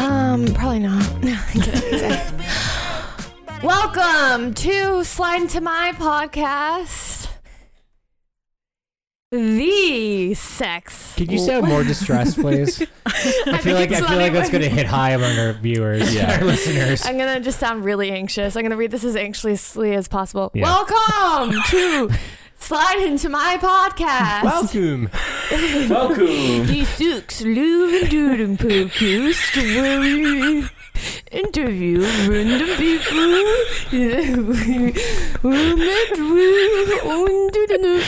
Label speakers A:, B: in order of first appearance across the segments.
A: Um, Welcome to Slide Into My Podcast. The sex.
B: Could you sound more distressed, please? I feel like I feel like that's going to hit high among our viewers,
C: Yeah.
B: our listeners.
A: I'm gonna just sound really anxious. I'm gonna read this as anxiously as possible.
B: Yeah.
A: Welcome to Slide Into My Podcast.
B: Welcome.
C: Welcome.
A: Die six Löwen Duden Podcast where we interview random people who met with under the news.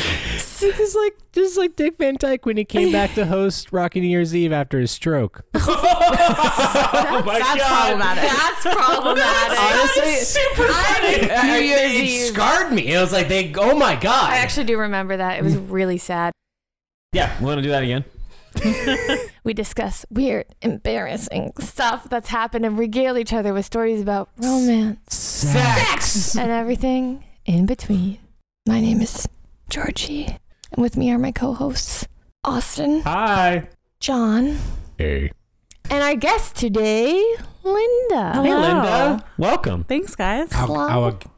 B: This is like this is like Dick Van Dyke when he came back to host Rocky New Year's Eve after his stroke.
C: oh my
D: That's problematic.
A: That's problematic.
B: Honestly,
A: I,
B: New
D: Year's
B: it
D: Eve.
B: scarred me. It was like they. Oh my god.
A: I actually do remember that. It was really sad.
C: Yeah, we're gonna do that again.
A: We discuss weird, embarrassing stuff that's happened and regale each other with stories about romance.
B: Sex.
A: and everything in between. My name is Georgie, and with me are my co-hosts Austin,
B: Hi.
A: John,
B: Hey.
A: and our guest today, Linda.
D: Hello.
C: Hey,
B: Oh.
C: Linda. Welcome.
D: Thanks, guys.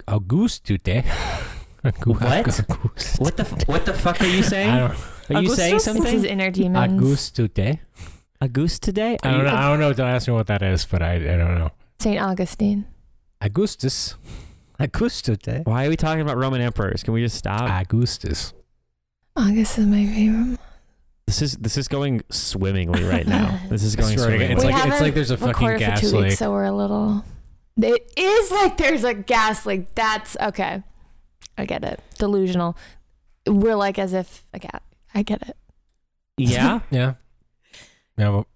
B: Augustute.
C: What? What the f- What the fuck are you saying?
B: I don't.
C: are you
D: Augustus?
C: saying
A: It's his
C: something?
A: inner demons.
B: Augustute.
C: A goose today?
B: I don't know. I don't know. Don't ask me what that is, but I, I don't know.
A: Saint Augustine.
B: Augustus. Augustute.
C: Why are we talking about Roman emperors? Can we just stop?
B: Augustus.
A: August is my favorite. month.
C: this is this is going swimmingly right now. This is going
B: It's sort of-
C: swimmingly.
B: it's
A: We
B: like it's
A: haven't
B: like there's a fucking
A: Recorded for
B: gas
A: two
B: leak.
A: weeks, so we're a little. It is like there's a gas leak. That's okay. I get it. Delusional. We're like as if a cat. I get it.
C: yeah.
B: Yeah. Yeah. Well,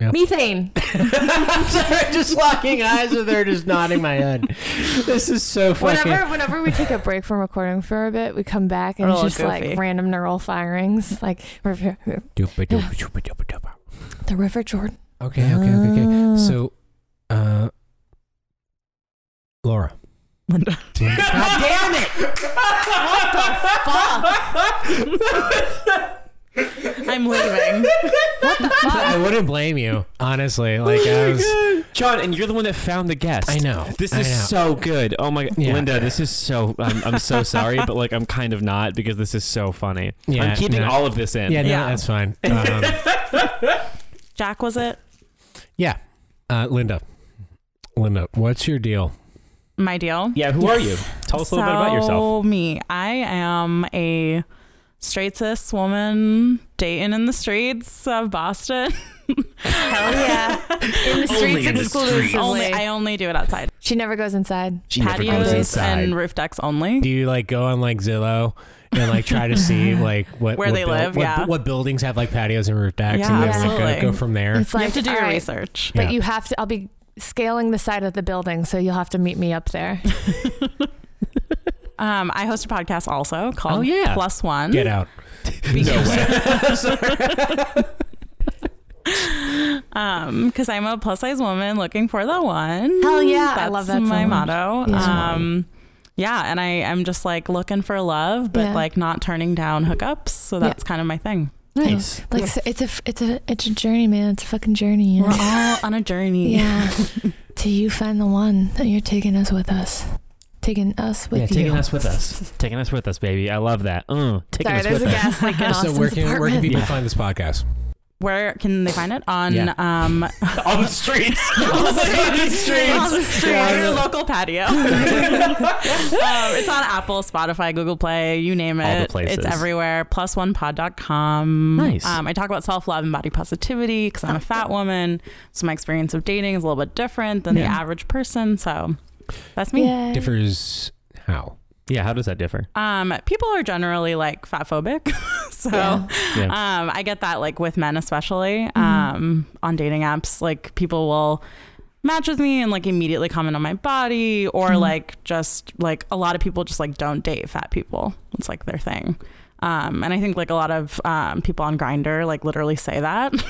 A: Methane.
B: I'm sorry, just locking eyes with her, just nodding my head. This is so fucking.
A: Whenever, whenever we take a break from recording for a bit, we come back and
D: We're
C: Oh,
A: it's
D: all
A: just
D: goofy.
A: like random neural firings, like river, the River Jordan.
B: Okay. Okay. Okay. Okay. So, uh, Laura.
D: Linda.
B: God damn it!
D: I'm leaving.
B: I wouldn't blame you, honestly. Like I was.
C: John, and you're the one that found the guest.
B: I know.
C: This
B: I
C: is
B: know.
C: so good. Oh my,
B: Yeah.
C: Linda, this is so. I'm, I'm so sorry, but like I'm kind of not because this is so funny.
B: Yeah,
C: I'm keeping
B: no.
C: all of this in.
B: Yeah, no,
D: Yeah.
B: that's fine. Um,
D: Jack was it?
B: yeah, uh, Linda, Linda, what's your deal?
D: My deal.
C: Yeah, Who are you? Tell us a little bit about yourself.
D: So me, I am a straight cis woman dating in the streets of Boston.
A: Hell yeah. In the streets
C: Only in the
A: exclusively.
C: streets.
D: only I only do it outside.
A: she never goes inside.
D: Patios and roof decks only.
B: Do you like go on like Zillow and like try to see like what
D: Where
B: what
D: they live,
B: What,
D: yeah.
B: what buildings have like patios and roof decks, and
D: Yeah,
B: then like
D: absolutely.
B: go, go from there.
A: It's
D: You
A: like,
D: have to do
A: all
D: your
A: right,
D: research.
A: But
B: Yeah.
A: you have to, I'll be scaling the side of the building, so you'll have to meet me up there.
D: Um, I host a podcast also called
B: Oh, yeah.
D: Plus One.
B: Get out.
C: No way.
D: Um, because I'm a plus size woman looking for the one.
A: Hell yeah, I
D: That's
A: love that so
D: my
A: much.
D: motto.
A: Yeah.
D: Um, yeah, and I am just like looking for love, but
A: Yeah.
D: like not turning down hookups. So
A: Yeah.
D: that's kind of my thing.
C: Nice.
A: Like, so it's a, it's a, it's a journey, man. It's a fucking journey. you know?
D: We're all on a journey.
A: Yeah. Till you find the one that you're taking us with us. Taking us with
C: yeah,
A: you.
C: taking us with us, taking us with us, baby. I love that. Uh, taking
A: Sorry,
C: us
A: there's
C: with
A: a
C: us.
A: gas leak in
B: so
A: Austin's
B: where can where can
A: apartment.
B: people
C: Yeah.
B: find this podcast?
D: Where can they find it? On
C: Yeah.
D: um
C: on the streets. on the
D: on
C: streets.
D: the street, on your local patio. um, it's on Apple, Spotify, Google Play, you name it.
C: All the places.
D: It's everywhere. Plus one pod.com.
C: Nice.
D: Um, I talk about self love and body positivity because I'm a fat woman. So my experience of dating is a little bit different than the
C: Yeah.
D: average person. So that's me.
A: Yeah.
B: Differs how?
C: Yeah, how does that differ?
D: Um, people are generally like fat phobic. so
A: Yeah. Mm-hmm.
C: Yeah.
D: um, I get that like with men especially um, on dating apps. Like people will match with me and like immediately comment on my body, or
A: Mm-hmm.
D: like just like a lot of people just like don't date fat people. It's like their thing. Um, and I think like a lot of um, people on Grinder like literally say that
A: And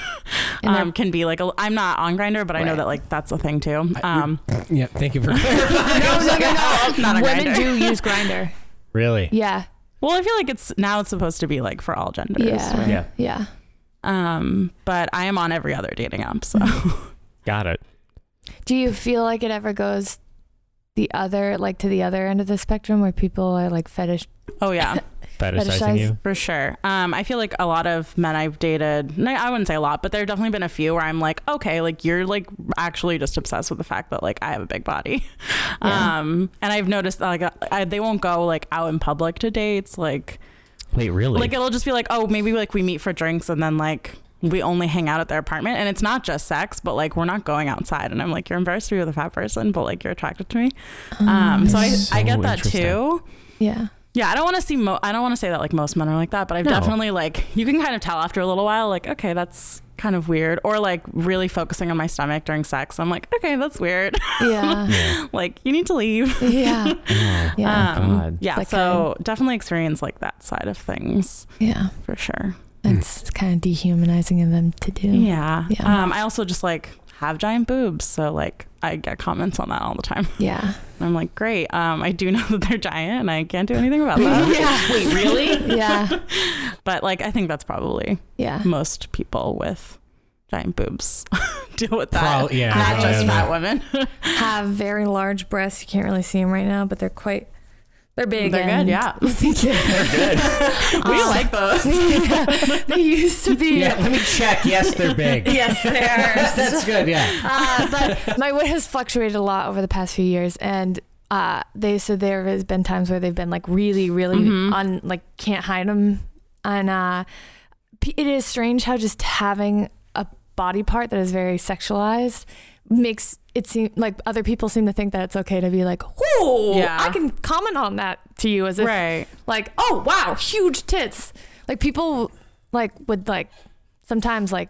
A: they're-
D: um, can be like i I'm not on Grinder, but I know
A: Right.
D: that like that's a thing too.
B: I-
D: Um,
B: Yeah. Thank you for
A: no, no, no, no.
D: Not on
A: Women
D: Grindr.
A: do use grinder.
B: really.
A: Yeah.
D: well, I feel like it's now it's supposed to be like for all genders.
A: Yeah.
C: Yeah.
A: Yeah.
D: Um, but I am on every
A: Mm-hmm.
D: other dating app, so.
C: Got it.
A: Do you feel like it ever goes the other, like to the other end of the spectrum where people are like fetish.
D: Oh yeah,
C: Fetishizing
A: Fetishize.
C: you.
D: for sure. Um, I feel like a lot of men I've dated. No, I wouldn't say a lot, but there have definitely been a few where I'm like, okay, like you're like actually just obsessed with the fact that like I have a big body.
A: Yeah.
D: Um, and I've noticed that, like I, they won't go like out in public to dates. Like
C: Wait, really?
D: like it'll just be like, oh, maybe like we meet for drinks and then like. We only hang out at their apartment, and it's not just sex, but like we're not going outside. And I'm like, you're embarrassed to be with a fat person, but like you're attracted to me.
A: Oh,
D: Um, so I,
C: So
D: I get that
C: interesting.
D: too.
A: yeah.
D: Yeah, I don't want to see. Mo- I don't want to say that like most men are like that, but I've
C: No.
D: definitely like you can kind of tell after a little while, like okay, that's kind of weird, or like really focusing on my stomach during sex. I'm like, okay, that's weird.
A: Yeah.
C: yeah.
D: like you need to leave.
A: yeah.
C: Oh.
A: Yeah.
D: um,
C: God.
D: yeah.
A: It's like
D: so definitely experience like that side of things
A: yeah.
D: for sure.
A: That's kind of dehumanizing of them to do.
D: Yeah.
A: Yeah.
D: Um, I also just like have giant boobs, so like I get comments on that all the time.
A: Yeah.
D: And I'm like, great. Um, I do know that they're giant, and I can't do anything about that.
A: yeah. Wait, really? Yeah.
D: but like, I think that's probably
A: Yeah.
D: most people with giant boobs deal with that.
B: Prob- yeah,
A: yeah,
D: Not just
A: yeah.
D: fat women.
A: Have very large breasts. You can't really see them right now, but they're quite. They're big.
D: They're
A: and
D: good, yeah.
A: they're good.
D: We like those.
A: they used to be.
B: Yeah, let me check. Yes, they're big.
A: Yes, they are.
B: That's good. Yeah.
A: uh, but my weight has fluctuated a lot over the past few years, and uh, they said there has been times where they've been like really, really
D: Mhm.
A: on like can't hide them, and uh, p- it is strange how just having a body part that is very sexualized makes it seem like other people seem to think that it's okay to be like, whoa,
D: Yeah.
A: I can comment on that to you as if
D: Right.
A: like oh wow huge tits like people like would like sometimes like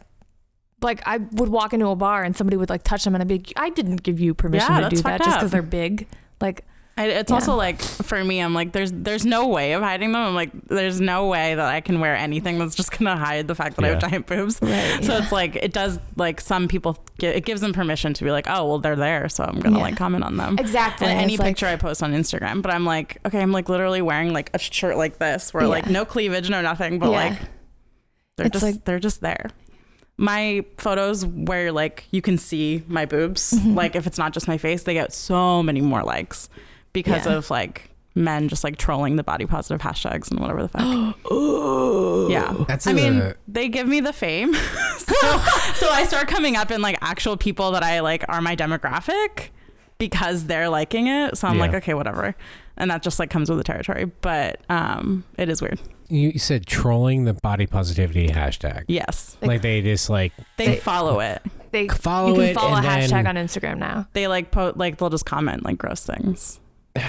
A: like I would walk into a bar and somebody would like touch them and I'd be like, I didn't give you permission
D: Yeah,
A: to
D: that's
A: do that
D: fucked
A: just
D: up.
A: because they're big. Like
D: I, it's
A: Yeah.
D: also like for me, I'm like, there's there's no way of hiding them. I'm like, there's no way that I can wear anything that's just gonna hide the fact that I have
C: Yeah.
D: giant boobs.
A: right.
D: So it's like it does like some people gi- it gives them permission to be like, oh well, they're there, so I'm gonna
A: Yeah.
D: like comment on them.
A: exactly.
D: And any
A: It's like-
D: picture I post on Instagram, but I'm like, okay, I'm like literally wearing like a shirt like this, where like
A: Yeah.
D: no cleavage, no nothing, but
A: Yeah.
D: like They're
A: It's
D: just
A: like-
D: they're just there. My photos where like you can see my boobs,
A: Mm-hmm.
D: like if it's not just my face, they get so many more likes because
A: Yeah.
D: of like men just like trolling the body positive hashtags and whatever the fuck. yeah.
B: That's
D: I
B: a-
D: mean, they give me the fame. so, so I start coming up in like actual people that I like are my demographic because they're liking it. So I'm
C: Yeah.
D: like, okay, whatever. And that just like comes with the territory. But um it is weird.
B: You said trolling the body positivity hashtag.
D: Yes.
B: Like they just like
D: They, follow it.
A: they
B: follow
A: you can
B: it
A: follow a
B: and
A: hashtag
B: then
A: on Instagram now.
D: they like po- like they'll just comment like gross things.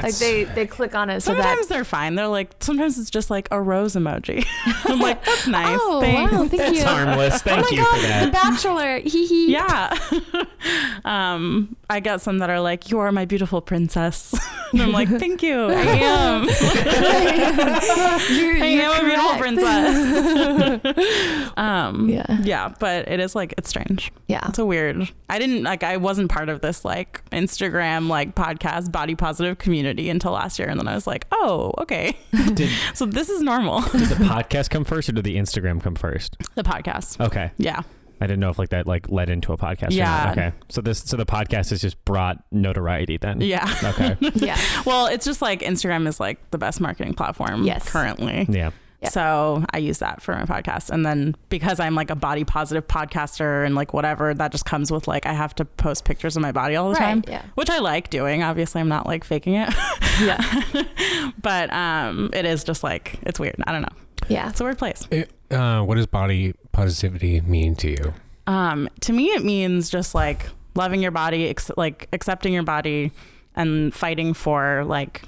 A: Like they they click on it so that
D: sometimes they're fine. They're like sometimes it's just like a rose emoji. I'm like that's nice.
A: Oh
D: Thanks.
A: wow, thank
C: That's
A: you.
C: harmless. Thank
A: oh my
C: you
A: god,
C: for that.
A: The Bachelor. Hee hee.
D: Yeah. um, I got some that are like you are my beautiful princess. and I'm like thank you. I am.
A: you're,
D: I
A: you're
D: am a
A: correct.
D: beautiful princess. um,
A: Yeah.
D: yeah, but it is like it's strange.
A: Yeah.
D: It's a weird. I didn't like. I wasn't part of this like Instagram like podcast body positive community until last year, and then I was like, oh, okay.
C: Did-
D: so this is normal.
C: Did the podcast come first or did the Instagram come first?
D: The podcast.
C: Okay.
D: Yeah.
C: I didn't know if like that like led into a podcast. Or
D: Yeah.
C: not. Okay. So this so the podcast has just brought notoriety then.
D: Yeah.
C: Okay.
A: Yeah.
D: Well, it's just like Instagram is like the best marketing platform
A: Yes.
D: currently.
C: yeah.
A: Yeah.
D: So I use that for my podcast. And then because I'm like a body positive podcaster and like whatever, that just comes with like I have to post pictures of my body all the time.
A: Yeah.
D: Which I like doing. Obviously I'm not like faking it.
A: Yeah.
D: But um it is just like it's weird. I don't know.
A: Yeah.
D: It's a weird place.
B: It- uh, what does body positivity mean to you?
D: Um, to me, it means just like loving your body, ex- like accepting your body, and fighting for like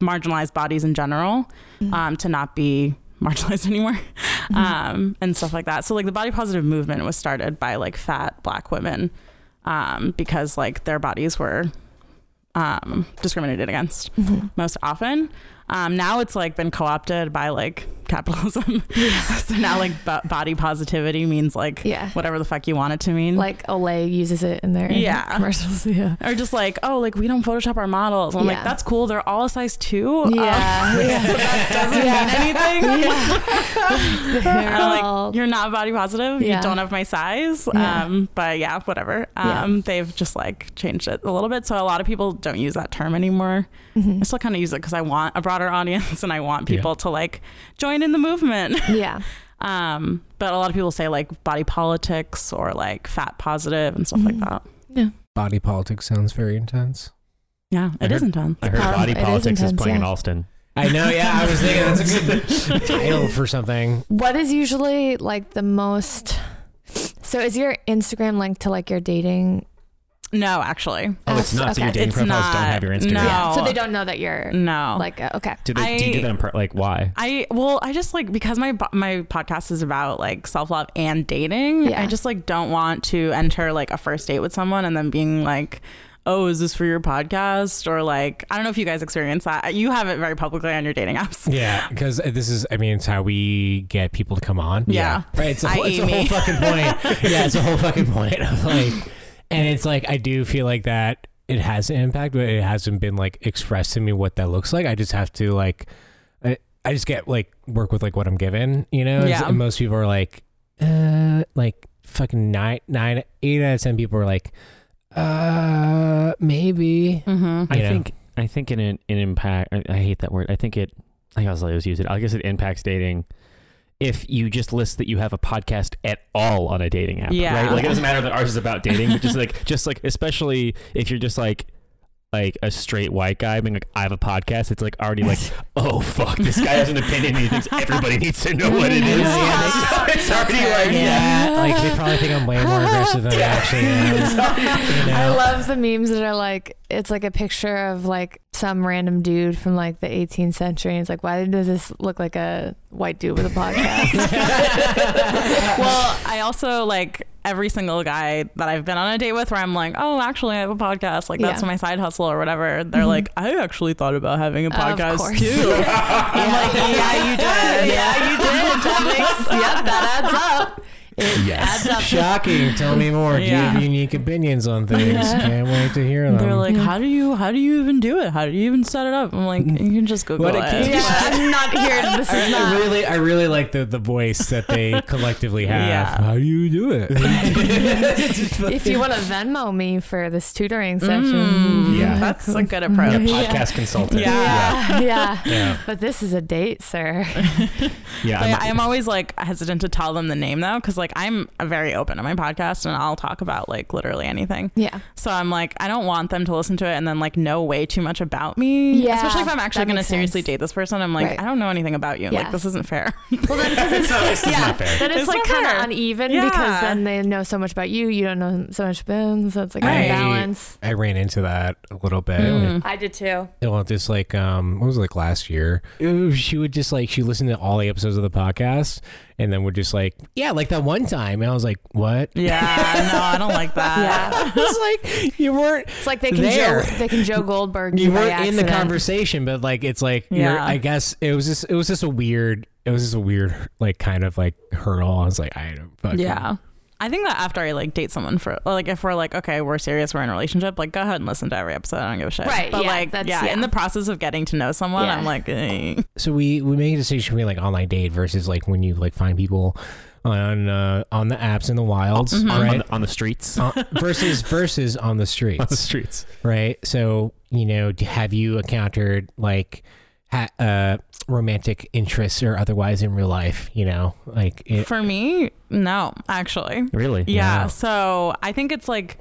D: marginalized bodies in general um, to not be marginalized anymore,
A: Mm-hmm.
D: um, and stuff like that. So, like the body positive movement was started by like fat Black women um, because
A: Mm-hmm.
D: like their bodies were um, discriminated against most often. Um, now it's like been co opted by like capitalism. so now like bo- body positivity means like
A: Yeah.
D: whatever the fuck you want it to mean.
A: Like Olay uses it in their
D: Yeah.
A: commercials. Yeah.
D: or just like, oh, like we don't Photoshop our models. I'm
A: Yeah.
D: like, that's cool. They're all a size two. Um,
A: Yeah.
D: so that doesn't mean anything.
A: They're
D: I'm like,
A: all-
D: You're not body positive.
A: Yeah.
D: You don't have my size.
A: Yeah.
D: Um, but yeah, whatever.
A: Yeah.
D: Um, They've just like changed it a little bit. So a lot of people don't use that term anymore.
A: Mhm.
D: I still kind of use it because I want a broader audience and I want
C: Yeah.
D: people to like join in the movement.
A: yeah.
D: Um, but a lot of people say like body politics or like fat positive and stuff
A: Mhm.
C: Mm.
D: like that.
B: Body politics sounds very intense.
D: Yeah,
C: I
D: it
C: heard-
D: isn't done.
C: I heard
A: Um,
C: Body
A: it is
C: Politics is
A: intense,
C: playing in
A: yeah.
C: Alston.
B: I know. Yeah, I was thinking that's a good title for something.
A: What is usually like the most? So is your Instagram linked to like your dating?
D: No, actually.
C: Oh, it's
A: apps?
C: not. So your
A: Okay.
C: dating
D: It's
C: profiles don't
D: not.
C: have your Instagram.
D: No.
A: Yeah. So they don't know that you're
D: No.
A: like uh, okay.
C: Do they do, you do
D: I-
C: that? In part, like why?
D: I well, I just like because my bo- my podcast is about like self love and dating.
A: Yeah.
D: I just like don't want to enter like a first date with someone and then being like, "Oh, is this for your podcast?" Or like, I don't know if you guys experience that. You have it very publicly on your dating apps.
B: Yeah, because this is. I mean, it's how we get people to come on.
D: Yeah.
B: right. It's a,
D: I
B: whole, it's a
D: Amy.
B: whole fucking point. yeah, it's a whole fucking point of like, and it's like I do feel like that it has an impact, but it hasn't been like expressed to me what that looks like. I just have to like, I, I just get like work with like what I'm given, you know.
D: Yeah.
B: And most people are like, uh, like fucking nine, nine, eight out of ten people are like, uh, maybe.
D: Mm-hmm.
C: I
B: you know.
C: think I think in an in impact. I, I hate that word. I think it. I guess I was use it. I guess it impacts dating. If you just list that you have a podcast at all on a dating app,
D: Yeah.
C: right? Like it doesn't matter that ours is about dating, but just like just like especially if you're just like like a straight white guy being like I have a podcast, it's like already like oh fuck, this guy has an opinion and he thinks everybody needs to know what it is.
B: Yeah.
C: it's already like yeah.
B: Yeah, like they probably think I'm way more aggressive than I actually am. You
A: I
B: know?
A: love the memes that are like it's like a picture of like some random dude from like the 18th century. And it's like, why does this look like a white dude with a podcast?
D: well, I also like every single guy that I've been on a date with where I'm like, oh, actually, I have a podcast. Like, that's
A: Yeah.
D: my side hustle or whatever. They're
A: Mhm.
D: like, I actually thought about having a
A: Of
D: podcast
A: course.
D: too. I'm
A: Yeah.
D: like, yeah, you did.
A: Yeah, you did. That makes- yep, that adds up. It
C: Yes.
A: adds up.
B: Shocking. Tell me more. Do you
D: Yeah.
B: have unique opinions on things? Can't wait to hear them.
D: They're like,
A: Yeah.
D: how do you how do you even do it? How do you even set it up? I'm like, you can just Google
B: What a
D: it.
B: kid.
A: Yeah, I'm not here. This
B: I,
A: is
B: I
A: not.
B: really, I really like the, the voice that they collectively have.
D: Yeah.
B: How do you do it?
A: If you want to Venmo me for this tutoring session,
D: Mm,
B: Yeah.
D: that's a good approach.
A: Yeah.
C: podcast consultant.
A: yeah,
D: Yeah.
A: yeah.
B: Yeah.
A: But this is a date, sir.
C: yeah. I'm-
D: But yeah, I'm always like hesitant to tell them the name though, because like I'm very open on my podcast and I'll talk about like literally anything.
A: Yeah.
D: So I'm like, I don't want them to listen to it and then like know way too much about me.
A: Yeah,
D: Especially if I'm actually
A: that
D: going to
A: makes
D: seriously
A: sense.
D: date this person. I'm like,
A: Right.
D: I don't know anything about you.
A: Yeah.
D: Like this isn't fair.
A: Well, then, because it's,
C: This is
A: yeah,
C: not fair.
A: then it's,
D: It's
A: like
D: not
A: kind
D: fair.
A: of uneven because
D: Yeah.
A: then they know so much about you, you don't know so much about them, so it's like
D: Right.
A: a balance.
B: I ran into that a little bit.
D: Mm.
A: I did too.
B: Well, just like um, what was it, like last year? Ooh, She would just like she listened to all the episodes of the podcast, and then would just like yeah, like that one time, and I was like, what?
D: yeah, no, I don't like that.
A: Yeah,
B: I was like, you weren't
A: it's like they can
B: There.
A: Joe, they can Joe Goldberg.
B: you
A: by
B: weren't in the
A: accident.
B: conversation, but like it's like you're,
D: Yeah.
B: I guess it was just it was just a weird it was just a weird like kind of like hurdle. I was like I don't fucking
D: Yeah. I think that after I like date someone for like if we're like okay we're serious we're in a relationship like go ahead and listen to every episode I don't give a shit
A: Right,
D: but
A: yeah,
D: like
A: that's-
D: yeah,
A: yeah.
D: in the process of getting to know someone
A: Yeah.
D: I'm like eh.
B: So we we make a decision between like online date versus like when you like find people on uh, on the apps in the wilds,
D: Mhm.
C: on,
B: Mm-hmm. right?
C: the, on the streets.
B: Uh, versus versus on the
C: on the
B: streets,
C: streets.
B: right? So you know, d- have you encountered like ha- uh, romantic interests or otherwise in real life? You know, like it,
D: for me no actually
C: Really?
D: yeah
B: Wow.
D: so I think it's like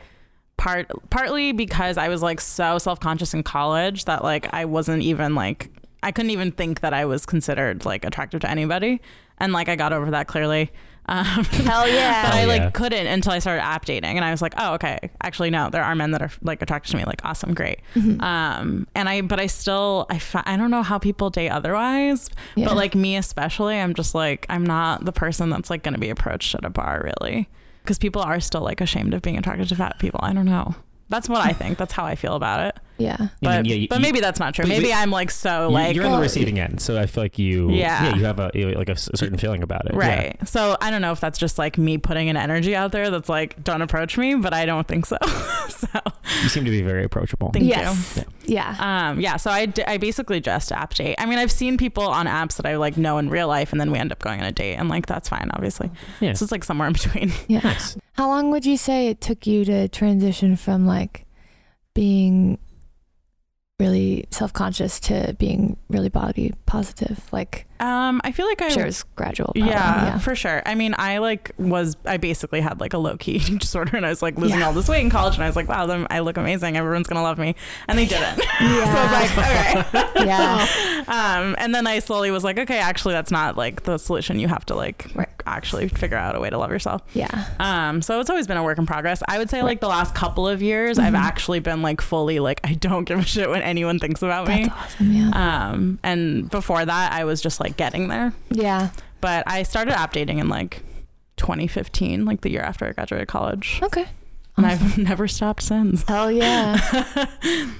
D: part partly because I was like so self conscious in college that like I wasn't even like I couldn't even think that I was considered like attractive to anybody and like I got over that clearly um,
A: Hell
D: But
A: yeah!
D: I like
C: yeah.
D: couldn't until I started app dating, and I was like, oh okay, actually no, there are men that are like attracted to me, like awesome, great.
A: Mm-hmm. Uh,
D: Um, and I but I still I fi- I don't know how people date otherwise,
A: Yeah.
D: but like me especially, I'm just like I'm not the person that's like gonna be approached at a bar really, because people are still like ashamed of being attracted to fat people. I don't know. That's what I think. That's how I feel about it.
A: Yeah.
D: But,
C: mean, yeah, you-
D: but
C: you-
D: maybe that's not true.
C: but-
D: Maybe
C: but-
D: I'm like so
C: You-
D: like uh,
C: you're on the
A: Well,
C: receiving end, so I feel like you,
D: Yeah.
C: you have a you like a s- certain feeling about it,
D: right. So I don't know if that's just like me putting an energy out there that's like don't approach me, but I don't think so. so
C: Yeah. You seem to be very approachable.
D: Thank you.
A: yes. Yeah.
D: um yeah, so I, d- I basically just app date. I mean, I've seen people on apps that I like know in real life and then we end up going on a date and like that's fine, obviously.
C: Yeah.
D: So it's like somewhere in between.
A: Yeah.
C: Nice.
A: How long would you say it took you to transition from like being really self conscious to being really body positive? Like,
D: Um I feel like I
A: sure, it was gradual. but,
D: Yeah,
A: um, yeah.
D: for sure. I mean, I like was I basically had like a low key eating disorder, and I was like losing
A: Yeah.
D: all this weight in college, and I was like, wow, them- I look amazing. Everyone's gonna love me, and they didn't. so I was like, okay.
A: yeah.
D: Um, and then I slowly was like, okay, actually, that's not like the solution. You have to like
A: Right.
D: actually figure out a way to love yourself.
A: Yeah.
D: Um, so it's always been a work in progress. I would say like
A: Right. Mm-hmm.
D: the last couple of years, I've actually been like fully like I don't give a shit what anyone thinks about
A: That's
D: me.
A: awesome. Yeah.
D: Um, and before that, I was just like getting there
A: yeah.
D: but I started updating in like 2015, like the year after I graduated college,
A: Okay.
D: and
A: Awesome.
D: I've never stopped since.
A: Hell yeah.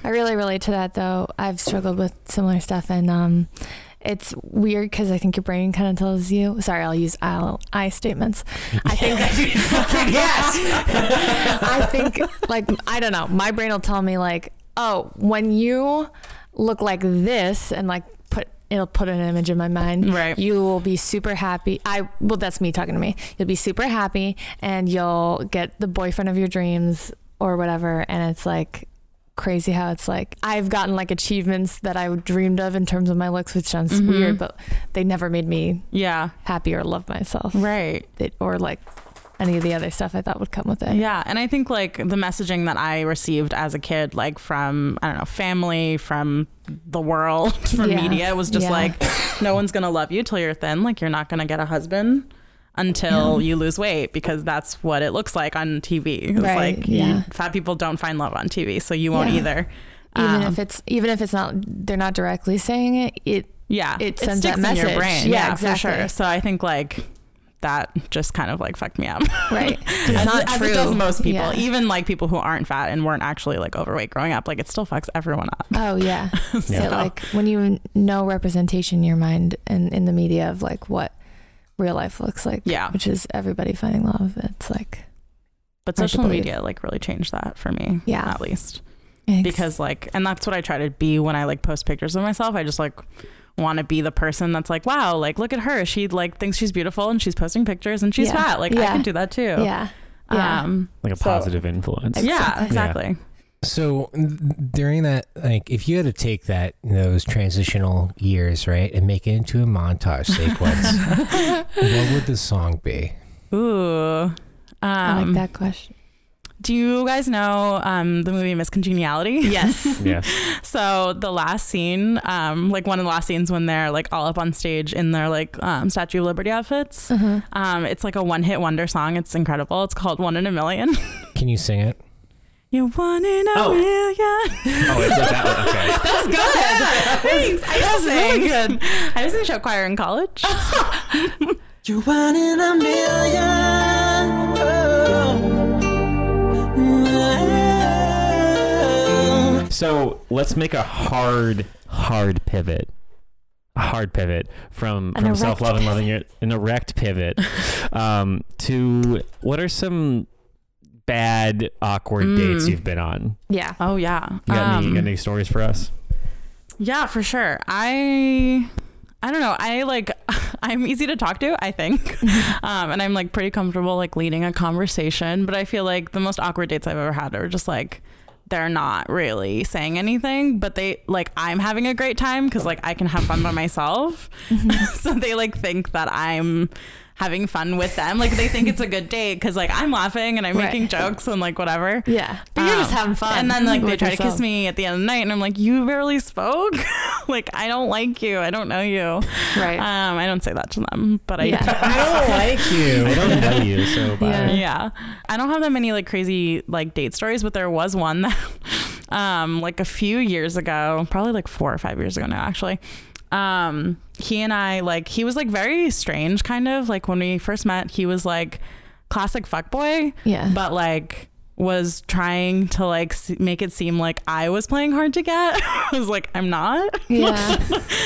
A: I really relate to that though. I've struggled with similar stuff and um it's weird because I think your brain kind of tells you. Sorry, I'll use I'll, I statements. I think yes. I think like I don't know. My brain will tell me like, oh, when you look like this and like put it'll put an image in my mind
D: Right.
A: you will be super happy. I well, that's me talking to me. You'll be super happy, and you'll get the boyfriend of your dreams or whatever. And it's like crazy how it's like I've gotten like achievements that I dreamed of in terms of my looks, which sounds
D: Mhm.
A: weird, but they never made me
D: Yeah,
A: happy or love myself,
D: right.
A: That- or like any of the other stuff I thought would come with it.
D: Yeah, and I think like the messaging that I received as a kid, like from I don't know, family, from the world, from
A: Yeah.
D: media, was just
A: Yeah.
D: like, no one's gonna love you till you're thin. Like you're not gonna get a husband until you lose weight because that's what it looks like on TV. It's
A: Right,
D: like you-
A: yeah.
D: fat people don't find love on TV, so you won't
A: Yeah.
D: either.
A: Even
D: Um,
A: if it's even if it's not, they're not directly saying it. It
D: yeah
A: it sends that
D: sticks in
A: message.
D: your brain
A: Yeah,
D: yeah, for sure
A: exactly.
D: so i think like that just kind of like fucked me up
A: right? 'Cause it's
D: as,
A: not
D: as
A: true.
D: it does most people
A: Yeah.
D: even like people who aren't fat and weren't actually like overweight growing up like it still fucks everyone up
A: Oh yeah.
D: so,
A: So like when you know representation in your mind and in the media of like what real life looks like,
D: yeah
A: which is everybody finding love. It's like
D: but
A: hard to
D: social
A: believe.
D: media like really changed that for me
A: Yeah.
D: at least
A: it's-
D: because like and that's what i try to be when i like post pictures of myself i just like want to be the person that's like wow like look at her she like thinks she's beautiful and she's posting pictures and she's
A: Yeah.
D: fat like i
A: Yeah.
D: can do that too
A: yeah, yeah,
D: um
C: Like a
D: So-
C: positive influence.
D: yeah
A: Exactly.
D: exactly
B: So n- during that, like, if you had to take that those transitional years, right, and make it into a montage sequence, what would the song be?
D: Ooh. Um,
A: I like that question.
D: Do you guys know um, the movie Miss Congeniality?
A: Yes.
C: Yes.
D: So the last scene, um, like one of the last scenes when they're like all up on stage in their like um, Statue of Liberty outfits,
A: uh
D: um, it's like a one-hit wonder song. It's incredible. It's called One in a Million.
B: Can you sing it?
D: You're one in a
C: Oh.
D: million.
C: Oh, it's like that one. Okay.
D: That's good. Thanks. I used to sing. good. I was in show choir in college.
E: You're one in a million. Oh. Mm.
C: So let's make a hard, hard pivot. A hard pivot from,
A: An
C: from
A: erect
C: self love and loving your an erect pivot um, to what are some bad, awkward dates
D: Mm.
C: you've been on?
A: Yeah.
D: oh yeah.
C: You got, any, you
D: Um,
C: got any stories for us?
D: Yeah, for sure. I I don't know. I like I'm easy to talk to, I think. um, and I'm like pretty comfortable like leading a conversation, but I feel like the most awkward dates I've ever had are just like they're not really saying anything, but they like I'm having a great time cuz like I can have fun by myself. so they like think that I'm having fun with them. Like they think it's a good date cuz like I'm laughing and I'm
A: Right.
D: making jokes and like whatever.
A: Yeah. But you're just
D: Um,
A: having fun.
D: And then like they
A: with
D: try to kiss
A: yourself.
D: me at the end of the night, and I'm like, you barely spoke. like I don't like you. I don't know you.
A: Right.
D: Um, I don't say that to them, but I
A: Yeah.
B: I don't like you.
C: I don't know you, so bye.
A: Yeah.
D: yeah. I don't have that many like crazy like date stories, but there was one that um like a few years ago, probably like 4 or 5 years ago now actually. Um he and I like he was like very strange kind of like when we first met, he was like classic fuckboy
A: Yeah.
D: but like was trying to like s- make it seem like I was playing hard to get. I was like, I'm not.
A: Yeah.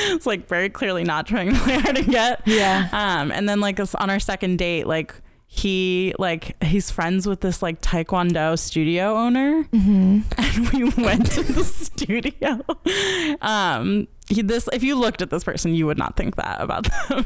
D: It's like very clearly not trying to play hard to get.
A: yeah.
D: Um, and then like us- on our second date, like he like he's friends with this like taekwondo studio owner,
A: Mm-hmm.
D: and we went to the studio. Um, he, this if you looked at this person, you would not think that about them.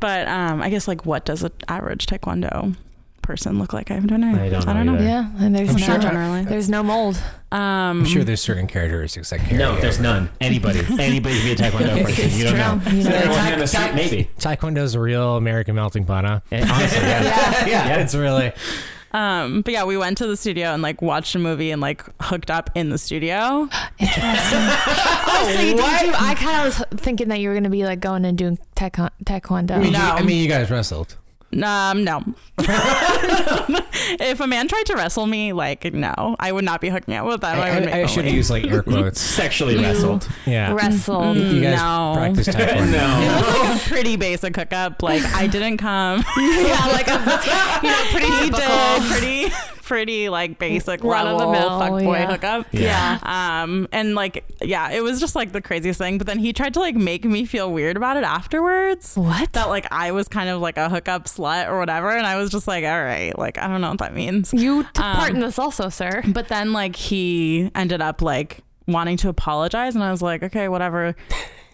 D: but um, I guess like what does an average taekwondo person look like? I don't know.
C: I don't know either.
A: Yeah. And there's
B: I'm
A: no,
B: sure-
D: generally.
A: there's no mold.
D: Um,
B: I'm sure there's certain characteristics that carry.
C: No, there's
B: over.
C: none. Anybody, anybody can be a Taekwondo
A: It's-
C: person.
A: it's
C: you don't know.
A: true. You
C: So
A: know,
C: everyone
A: it's-
C: here on the street, maybe.
B: Taekwondo's a real American melting pot, huh?
C: And honestly, yeah.
B: yeah,
C: Yeah.
B: it's really.
D: um, but yeah, we went to the studio and like watched a movie and like hooked up in the studio.
A: Honestly, did Oh, you, I kind of was thinking that you were going to be like going and doing taekw-
B: I
A: taekwondo.
B: mean, you,
D: No.
B: I mean, you guys wrestled.
D: Um, no. if a man tried to wrestle me, like, no, I would not be hooking up with them. I, would make
B: I, I should
D: believe.
B: use like air quotes.
C: Sexually
A: You-
C: wrestled.
B: Yeah.
A: Wrestle.
D: Mm.
B: You guys
D: No.
B: practice Taekwondo.
D: It
C: no.
D: was like a pretty basic hookup. Like, I didn't come.
A: yeah, like a, you know, pretty
D: He
A: typical.
D: did pretty, pretty like basic
A: Run of
D: level
A: the mill,
D: fuckboy
A: yeah.
D: hookup.
A: Yeah.
D: Um, and like, yeah, it was just like the craziest thing. But then he tried to like make me feel weird about it afterwards.
A: What?
D: Mm-hmm. That like I was kind of like a hookup slut or whatever, and I was just like, all right, like I don't know what that means.
A: you took
D: Um,
A: part in this also, sir.
D: But then like he ended up like wanting to apologize and I was like, okay, whatever.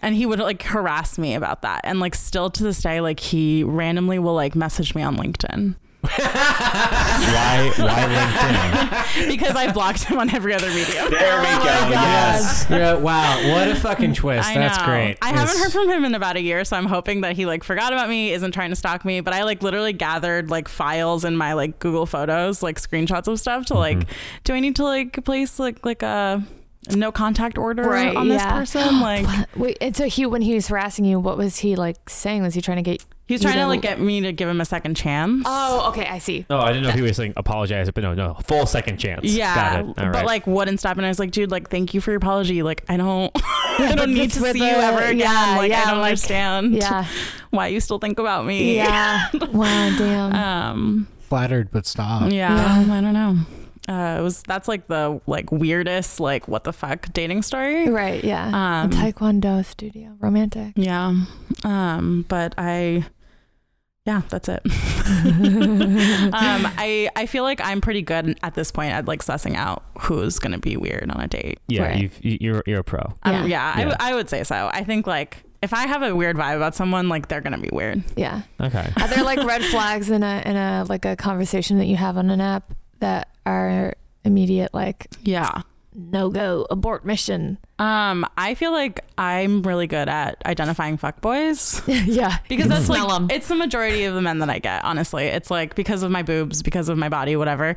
D: And he would like harass me about that. And like still to this day, like he randomly will like message me on LinkedIn
C: Why? Why LinkedIn?
D: because I blocked him on every other medium.
C: There we go. Yes.
B: Yeah, wow, what a fucking twist.
D: I
B: That's
D: know.
B: great.
D: I haven't heard from him in about a year, so I'm hoping that he like forgot about me, isn't trying to stalk me. But I like literally gathered like files in my like Google Photos, like screenshots of stuff to
C: Mm-hmm.
D: like, do I need to like place like like a no contact order
A: Right,
D: on this
A: yeah.
D: person? Like
A: Wait, and so he when he was harassing you, what was he like saying? Was he trying to get? you
D: he's trying to
A: to-
D: like get me to give him a second chance.
A: Oh, okay, I see.
C: Oh, I didn't know if he was saying apologize, but no, no, full second chance.
D: Yeah,
C: Got it. All
D: but
C: right.
D: like wouldn't stop, and I was like, "Dude, like, thank you for your apology. Like, I don't, I
A: but
D: don't need
A: this
D: to
A: with
D: see you
A: the-
D: ever again.
A: yeah,
D: like,
A: yeah,
D: I don't
A: like-
D: understand
A: Yeah,
D: why you still think about me.
A: yeah. Wow, damn.
D: Um,
B: Flattered, but stop.
D: Yeah, I don't know. Uh, it was that's like the like weirdest like what the fuck dating story.
A: right, yeah.
D: Um,
A: a taekwondo studio, romantic.
D: yeah, um, but I, yeah, that's it. um, I I feel like I'm pretty good at this point at like sussing out who's gonna be weird on a date.
C: yeah,
A: Right.
C: you've, you- you're you're a pro.
D: Um,
A: Yeah.
D: yeah, I w
C: Yeah.
D: I I, would say so. I think like if I have a weird vibe about someone, like they're gonna be weird.
A: Yeah.
C: Okay.
A: Are there like red flags in a in a like a conversation that you have on an app that are immediate like
D: Yeah.
A: no go abort mission?
D: Um, I feel like I'm really good at identifying fuckboys.
A: yeah,
D: because that's like
A: Smell 'em.
D: it's the majority of the men that I get. Honestly, it's like because of my boobs, because of my body, whatever.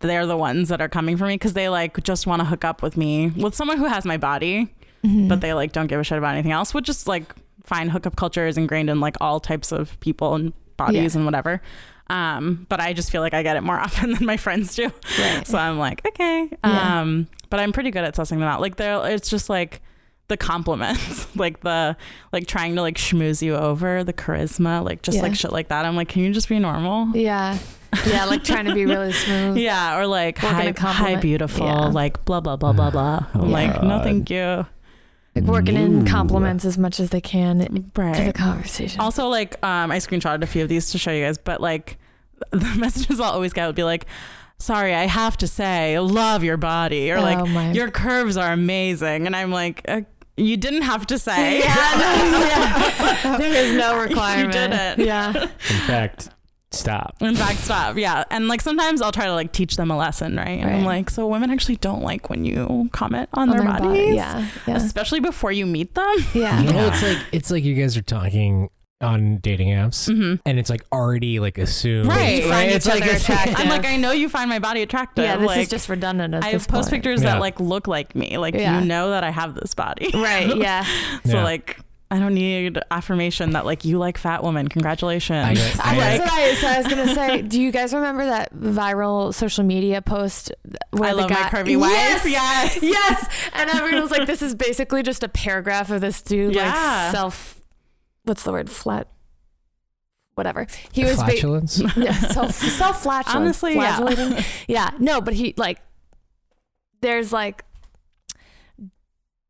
D: They're the ones that are coming for me because they like just want to hook up with me with someone who has my body,
A: Mhm.
D: but they like don't give a shit about anything else. Which is like fine. Hookup culture is ingrained in like all types of people and bodies
A: Yeah.
D: and whatever. Um, but I just feel like I get it more often than my friends do.
A: Right.
D: So I'm like, okay.
A: Yeah.
D: Um, but I'm pretty good at sussing them out. Like they're it's just like the compliments, like the like trying to like schmooze you over, the charisma, like just
A: Yeah.
D: like shit like that. I'm like, can you just be normal?
A: yeah, yeah, like trying to be really smooth.
D: Yeah, or like
A: We're gonna
D: hi, hi
A: compliment-
D: beautiful,
A: yeah.
D: like blah blah blah blah blah. I'm like, no,
C: God.
D: thank you.
A: Like working in
C: Ooh.
A: compliments as much as they can to the
D: Right.
A: conversation.
D: Also, like, um, I screenshotted a few of these to show you guys, but like, the messages I'll always get would be like, "Sorry, I have to say, love your body," or like,
A: Oh my-
D: your curves are amazing and i'm like uh, you didn't have to say
A: Yeah, no, yeah. There is no requirement.
D: didn't.
A: Yeah.
C: In fact, stop.
D: in fact stop yeah and like sometimes i'll try to like teach them a lesson right and i'm
A: Right.
D: like so women actually don't like when you comment on,
A: On
D: their,
A: their
D: bodies
A: body. Yeah. Yeah.
D: especially before you meet them
A: Yeah.
B: You know,
C: Yeah.
B: it's like it's like you guys are talking on dating apps,
A: Mm. Mm-hmm.
D: Mhm.
B: and it's like already like assumed.
D: Right. Find
A: each
B: It's like
A: other
B: it's
A: attractive.
D: i'm like i know you find my body attractive
A: Yeah, this
D: like
A: is just redundant at
D: i
A: this
D: post
A: point.
D: pictures
B: Yeah.
D: that like look like me like
A: Yeah.
D: you know that i have this body
A: Right, yeah.
D: so
B: Yeah.
D: like i don't need affirmation that like you like fat women congratulations
B: I get-
A: I,
B: I
A: that's
B: get-
A: what I, so I was gonna say. Do you guys remember that viral social media post where
D: I
A: the
D: love
A: guy,
D: my curvy wife.
A: Yes,
D: Yes.
A: yes. And everyone was like, "This is basically just a paragraph of this dude,
D: Yeah.
A: like self, what's the word, flat, whatever. He was ba-
B: flatulence.
A: yeah, self self flatulating.
D: Honestly, yeah.
A: yeah. yeah, no, but he like there's like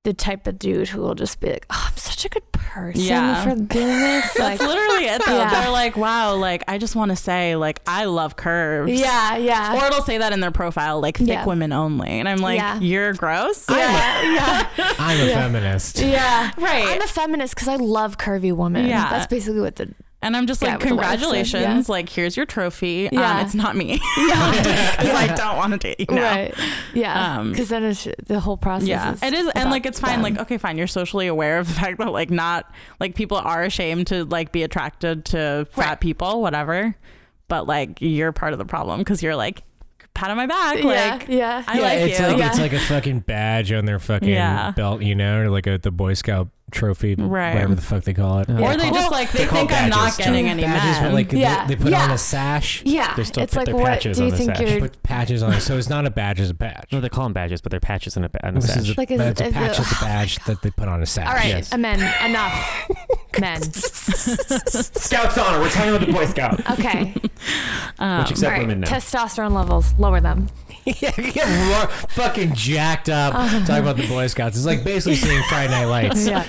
A: the type of dude who will just be like, "Oh, I'm such a good person
D: Yeah.
A: for doing this." Like,
D: That's literally it though.
A: Yeah.
D: They're like, wow, like I just want to say, like I love curves.
A: yeah, yeah.
D: Or it'll say that in their profile, like thick
A: Yeah.
D: women only, and I'm like,
A: Yeah.
D: you're gross.
A: yeah,
B: I'm a
A: Yeah.
B: feminist.
A: yeah, yeah.
D: Right.
A: I'm a feminist because I love curvy women.
D: Yeah.
A: that's basically what the
D: and I'm just
A: Yeah,
D: like,
A: with the wife said,
D: congratulations.
A: yeah.
D: Like here's your trophy.
A: Yeah.
D: Um, it's not me.
A: yeah,
D: Because I don't want to date you now.
A: right, yeah.
D: Um,
A: Because then it's the whole process.
D: Yeah,
A: is
D: it is, and
A: about
D: like it's
A: them.
D: fine. Like okay, fine. You're socially aware of the fact that like not like people are ashamed to like be attracted to fat
A: Right.
D: people, whatever. But like you're part of the problem because you're like pat on my back, oh, like
A: yeah, yeah.
D: I like
B: it's
D: you.
B: like
A: Yeah.
B: it's like a fucking badge on their fucking
D: Yeah.
B: belt, you know, or like a, the Boy Scout trophy,
D: Right.
B: whatever the fuck they call it.
D: Or they just
A: Well,
D: like they,
B: They're called
D: think I'm not
B: badges, too.
D: getting any
B: badges,
D: men.
B: but like
A: Yeah.
B: they, they put
A: Yeah.
B: on a sash.
A: Yeah,
C: They still
A: it's
C: put
A: like
C: their
A: what
C: patches
A: do
C: on
A: you
C: the
A: think
C: sash.
B: They
A: you're
B: put patches on it, so it's not a badge; it's a patch.
C: No, they call them badges, but they're patches in a, in a
B: This
C: sash.
B: is a,
A: Like, is
B: but it's
A: it-
B: a
A: is
B: patch.
A: it- Oh
B: It's a badge that they put on a sash.
A: All right,
C: Yes.
A: amen. Enough, men.
C: Scout's honor. We're talking about the Boy Scout.
A: Okay,
D: um,
C: Which except
A: all right.
C: women now.
A: Testosterone levels, lower them.
B: yeah, get ro- fucking jacked up.
D: Uh-huh.
B: Talking about the Boy Scouts. It's like basically seeing Friday Night Lights.
A: Yeah.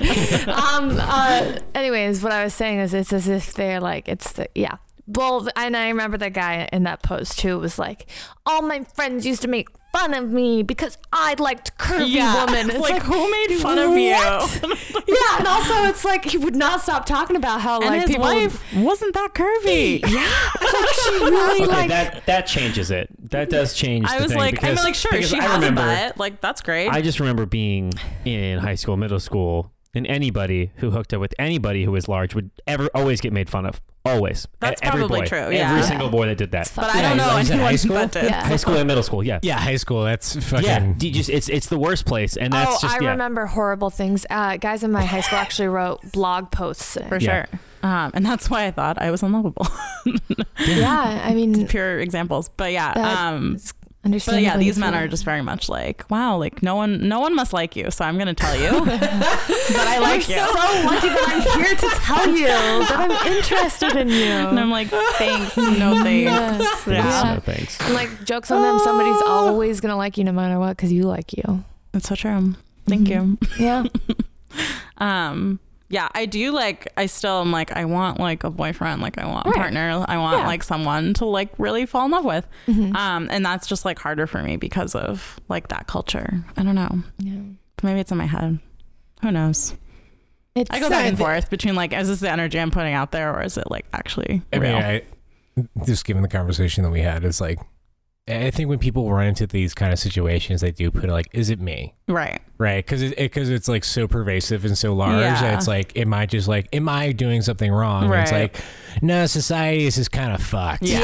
A: um. Uh. Anyways, what I was saying is, it's as if they're like, it's the yeah. Well, and I remember that guy in that post too was like, all my friends used to make fun of me because I liked curvy
D: yeah,
A: women.
D: It's like, who made fun of you?
A: what? yeah, and also it's like he would not stop talking about how
D: And
A: like
D: his
A: people
D: wife wasn't that curvy.
A: Yeah, like she really
C: Okay,
A: like
C: that that changes it. That does change.
D: I
C: the
D: was
C: thing
D: like, I mean,
C: because-
D: like sure,
C: because
D: she
C: I
D: has
C: remember,
D: a butt. Like that's great.
C: I just remember being in high school, middle school, and anybody who hooked up with anybody who was large would ever always get made fun of. Always. E,
D: That's
C: Every
D: probably
C: boy.
D: true,
C: Every
D: yeah.
C: single boy that did that.
A: It's
D: but
A: fucking-
D: I don't
B: Yeah,
D: know
B: is that high
D: anyone
B: school?
D: that did.
A: Yeah.
C: High school and middle school. Yeah.
B: Yeah, high school. That's fucking.
C: Yeah. Do you just it's it's the worst place, and that's
A: oh,
C: just
A: I
C: yeah.
A: remember horrible things. Uh, guys in my high school actually wrote blog posts.
D: for
C: Yeah.
D: sure. Um, and that's why I thought I was unlovable.
A: Yeah, I mean,
D: Pure examples, but yeah.
A: That-
D: um, but
A: understand.
D: yeah, these men are just very much like, wow, like no one, no one must like you. So I'm gonna tell you that I like you.
A: so lucky that I'm here to tell you that I'm interested in you.
D: And I'm like, thanks, no thanks.
A: Yes.
C: Thanks,
D: Yeah.
C: No, thanks.
A: And like jokes on them, somebody's always gonna like you no matter what because you like you.
D: That's so true.
A: Mm-hmm.
D: Thank you.
A: Yeah,
D: Um, yeah, I do like. I still am like, I want like a boyfriend, like I want a
A: Right.
D: partner, I want
A: Yeah.
D: like someone to like really fall in love with.
A: Mm-hmm.
D: Um, and that's just like harder for me because of like that culture. I don't know.
A: yeah.
D: Maybe it's in my head. Who knows?
A: It's,
D: I go back and
A: forth.
D: forth between like, is this the energy I'm putting out there, or is it like actually
B: I mean,
D: real?
B: I, just given the conversation that we had, it's like I think when people run into these kind of situations, they do put like, "Is it me?"
D: right.
B: Right? Because it because it's like so pervasive and so large.
D: Yeah.
B: that It's like, am I just like, am I doing something wrong? And it's
D: Right.
B: like, no, society is just kind of fucked.
D: Yeah.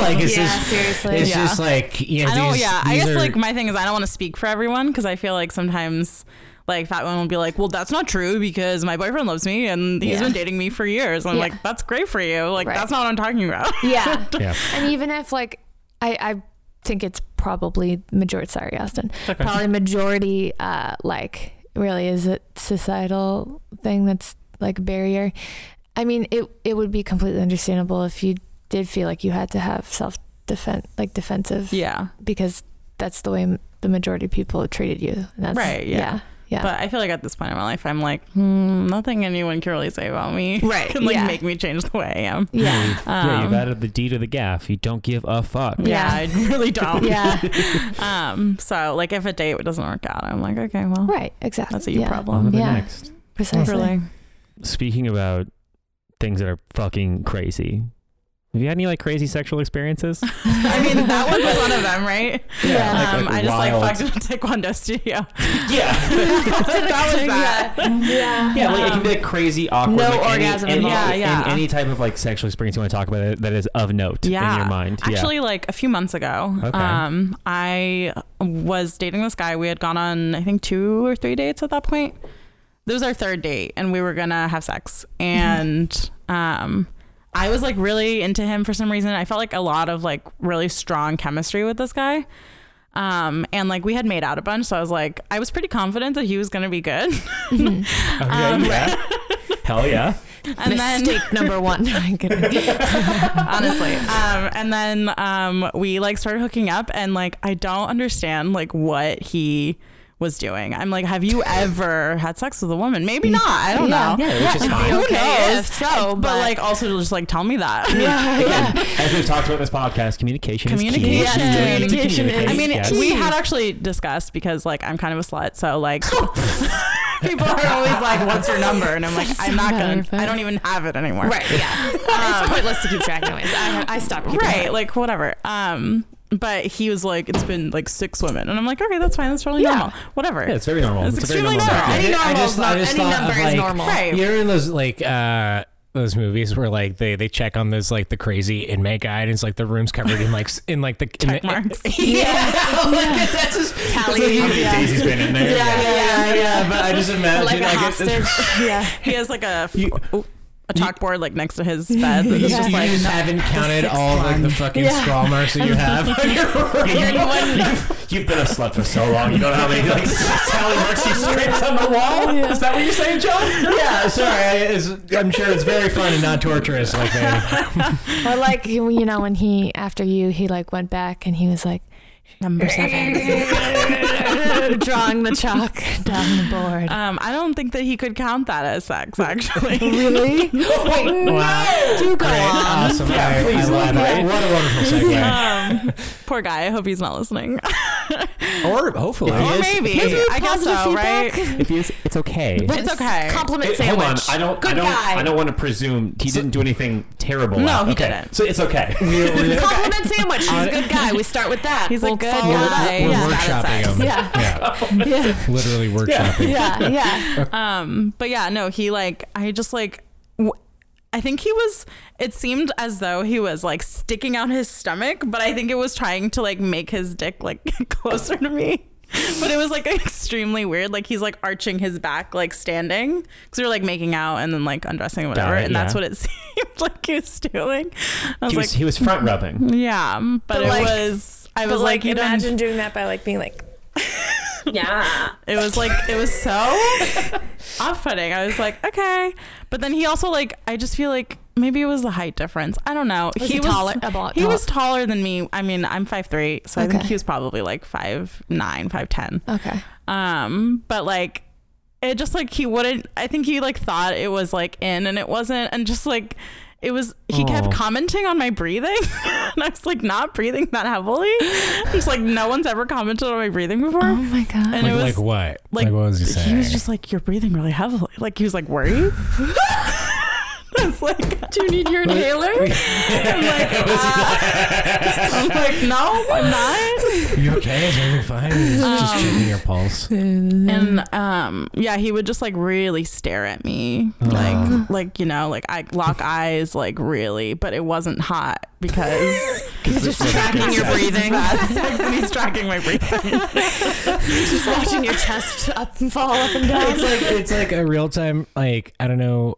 B: like it's
A: yeah,
B: just
A: seriously.
B: it's
D: Yeah.
B: just like you know,
D: I don't.
B: these-
D: yeah, I
B: these
D: guess
B: are-
D: like my thing is I don't want to speak for everyone because I feel like sometimes like fat women will be like, well, that's not true because my boyfriend loves me and he's
A: Yeah.
D: been dating me for years. And I'm
A: Yeah.
D: like, that's great for you. Like
A: Right.
D: that's not what I'm talking about.
A: Yeah.
C: Yeah.
A: And even if like I, I think it's probably majority sorry, Austin. Probably majority uh like really is a societal thing that's like a barrier. I mean it it would be completely understandable if you did feel like you had to have self defense like defensive
D: yeah.
A: because that's the way m- the majority of people treated you. And that's,
D: Right, yeah.
A: Yeah. yeah.
D: But I feel like at this point in my life, I'm like, hmm, nothing anyone can really say about me
A: Right,
D: can like
A: yeah.
D: make me change the way I am.
A: yeah.
C: yeah, you've
D: Um,
C: added the D to the gaff. You don't give a fuck.
D: yeah, I really don't.
A: Yeah.
D: Um. So like, if a date doesn't work out, I'm like, okay, well,
A: Right. Exactly.
D: that's a you
A: yeah,
C: On to
D: problem.
C: the
A: Yeah.
C: next.
A: Precisely.
D: Really.
C: Speaking about things that are fucking crazy. Have you had any like crazy sexual experiences?
D: I mean, that one was one of them, right?
A: Yeah.
C: Like-
D: um,
C: like
D: I just
C: wild.
D: like fucked in a taekwondo studio.
C: yeah.
D: that was that.
A: Yeah.
C: Yeah, like it can be like crazy, awkward.
A: No
C: like any-
A: orgasm
C: any,
D: involved.
C: any-
D: Um, Yeah, yeah.
C: Any type of like sexual experience you want to talk about that- that is of note in your mind.
D: Actually, like a few months ago,
C: Okay.
D: um, I was dating this guy. We had gone on, I think, two or three dates at that point. This was our third date, and we were gonna have sex. And um, I was like really into him for some reason. I felt like a lot of like really strong chemistry with this guy. Um, and like we had made out a bunch, so I was like, I was pretty confident that he was gonna be good.
C: yeah. Okay, yeah. Hell yeah.
D: and then
A: Mistake number one. No, I'm kidding.
D: honestly um, and then um, we like started hooking up and like i don't understand like what he was doing i'm like have you ever had sex with a woman maybe not i
A: Mm.
D: don't
A: Yeah.
D: know
B: Yeah, which is fine.
D: Who
A: Okay,
D: knows?
A: if so,
D: but,
A: but-
D: like also just like tell me that.
C: Again, as we've talked about in this podcast, communication, is
D: Communication.
C: key. You really need to
A: Communication is-
C: communicate.
D: I mean,
A: Yes.
D: we had actually discussed because like I'm kind of a slut, so like people are always like, "What's your number?" And I'm like,
A: That's
D: "I'm
A: so
D: not
A: matter
D: gonna.
A: of fact.
D: I don't even have it anymore." Um,
A: right. Yeah. it's pointless to keep track, anyways. I, I stopped. Keeping
D: right
A: track.
D: like whatever um but he was like it's been like six women and i'm like okay that's fine that's totally
A: Yeah.
D: normal whatever
B: Yeah, it's very normal.
D: It's
B: very
D: extremely normal.
B: background.
A: Any
B: I
A: normal
B: just-
A: is
B: I
A: not-
B: just
A: any
B: thought
A: number
B: of,
A: is
B: like,
A: normal.
D: right
B: You're in those like uh those movies where like they they check on those like the crazy inmate guy and it's like the room's covered in like s- in like the in
D: check
B: the-
D: marks
A: Yeah.
B: Like, that's just
A: Tally.
B: that's
C: How many
A: Yeah.
C: days he's been in there?
B: Yeah, yeah, yeah, yeah. But I just imagine
A: Like a
B: I guess
A: hostage.
B: it's-
A: yeah.
D: he has like a f-
B: You-
D: ooh, a chalkboard like next to his bed that
B: you
D: is
A: Yeah.
D: just like
B: just haven't counted all like the fucking
A: Yeah.
B: scrawl marks that you have. on your room.
C: You've, you've been a slut for so long. You don't know how many like tally marks you scraped on the wall.
A: Yeah.
C: Is that what you're saying, John?
B: yeah, sorry. I, it's, I'm sure it's very fun and not torturous. Like that.
A: Or like you you know when he after you he like went back and he was like
D: number seven
A: drawing the chalk down the board.
D: um i don't think that he could count that as sex actually Um,
A: really? Wait,
B: Wow.
A: do go
B: Great.
A: on.
B: Awesome.
C: Yeah,
B: I- I
C: please
B: love
C: elaborate.
B: it. What a wonderful segue.
D: um poor guy i hope he's not listening
B: Or hopefully.
C: If he
D: or
C: is-
D: maybe
C: if he is
D: i guess so right
C: If he's, it's okay.
A: But
D: It's okay.
A: Compliment
C: It-
A: sandwich.
C: Hold on, I don't, I
A: Good
C: don't,
A: guy.
C: I don't want to presume he didn't do anything terrible.
D: No, he
C: Okay,
D: didn't.
C: So it's okay.
B: We're, we're,
A: Compliment sandwich. He's a good guy. We start with that.
D: He's a
A: we'll
D: good
A: follow
D: guy.
A: that.
B: we're
D: Yeah.
B: workshopping
A: Yeah.
B: him. yeah. Literally workshopping.
A: Yeah, yeah.
D: um but yeah no he like i just like w- i think he was it seemed as though he was like sticking out his stomach but i think it was trying to like make his dick like closer to me but it was like extremely weird like he's like arching his back like standing because we were like making out and then like undressing and whatever
C: Got it,
D: and that's
C: yeah.
D: what it seemed like he was doing i was
C: He
D: like
C: was, he was front rubbing.
D: yeah but, it
F: like-
D: was i
F: But
D: was like, you don't-
F: imagine doing that by like being like, yeah.
D: It was like it was so off-putting. I was like, okay, but then he also like I just feel like maybe it was the height difference. I don't know.
A: Was he taller? A lot
D: he
A: taller?
D: was taller than me. I mean, I'm five three, so I think
A: Okay.
D: he was probably like five nine, five ten.
A: Okay.
D: Um, but like it just like he wouldn't. I think he like thought it was like in and it wasn't, and just like. It was, he
C: Oh.
D: kept commenting on my breathing. and I was like, not breathing that heavily. Just like, no one's ever commented on my breathing before.
A: Oh my god.
D: and
B: Like,
D: it was
B: like what?
D: like,
B: Like, what was he saying?
D: he was just like, "You're breathing really heavily." Like he was like, "Worried." I was like,
F: Do you need your inhaler?
D: I'm like, uh, I'm like, no, I'm not.
B: you okay? Is everything fine? Just, just checking your pulse.
D: And um, yeah, he would just like really stare at me,
B: Oh.
D: like, like you know, like I lock eyes, like really, but it wasn't hot because
A: He's just tracking your breathing.
D: and he's tracking my breathing.
A: just watching your chest up and fall up and down.
B: It's like it's like a real time. Like I don't know.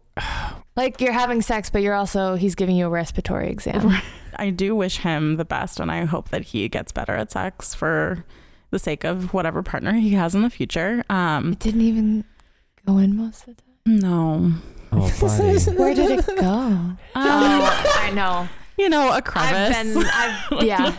A: Like you're having sex, but you're also he's giving you a respiratory exam.
D: I do wish him the best, and I hope that he gets better at sex for the sake of whatever partner he has in the future. Um,
A: It didn't even go in most of the time.
D: No.
B: Oh, buddy.
A: Where did it go? Um, I know.
D: you Um, know, a crevice.
A: I've been. I've yeah.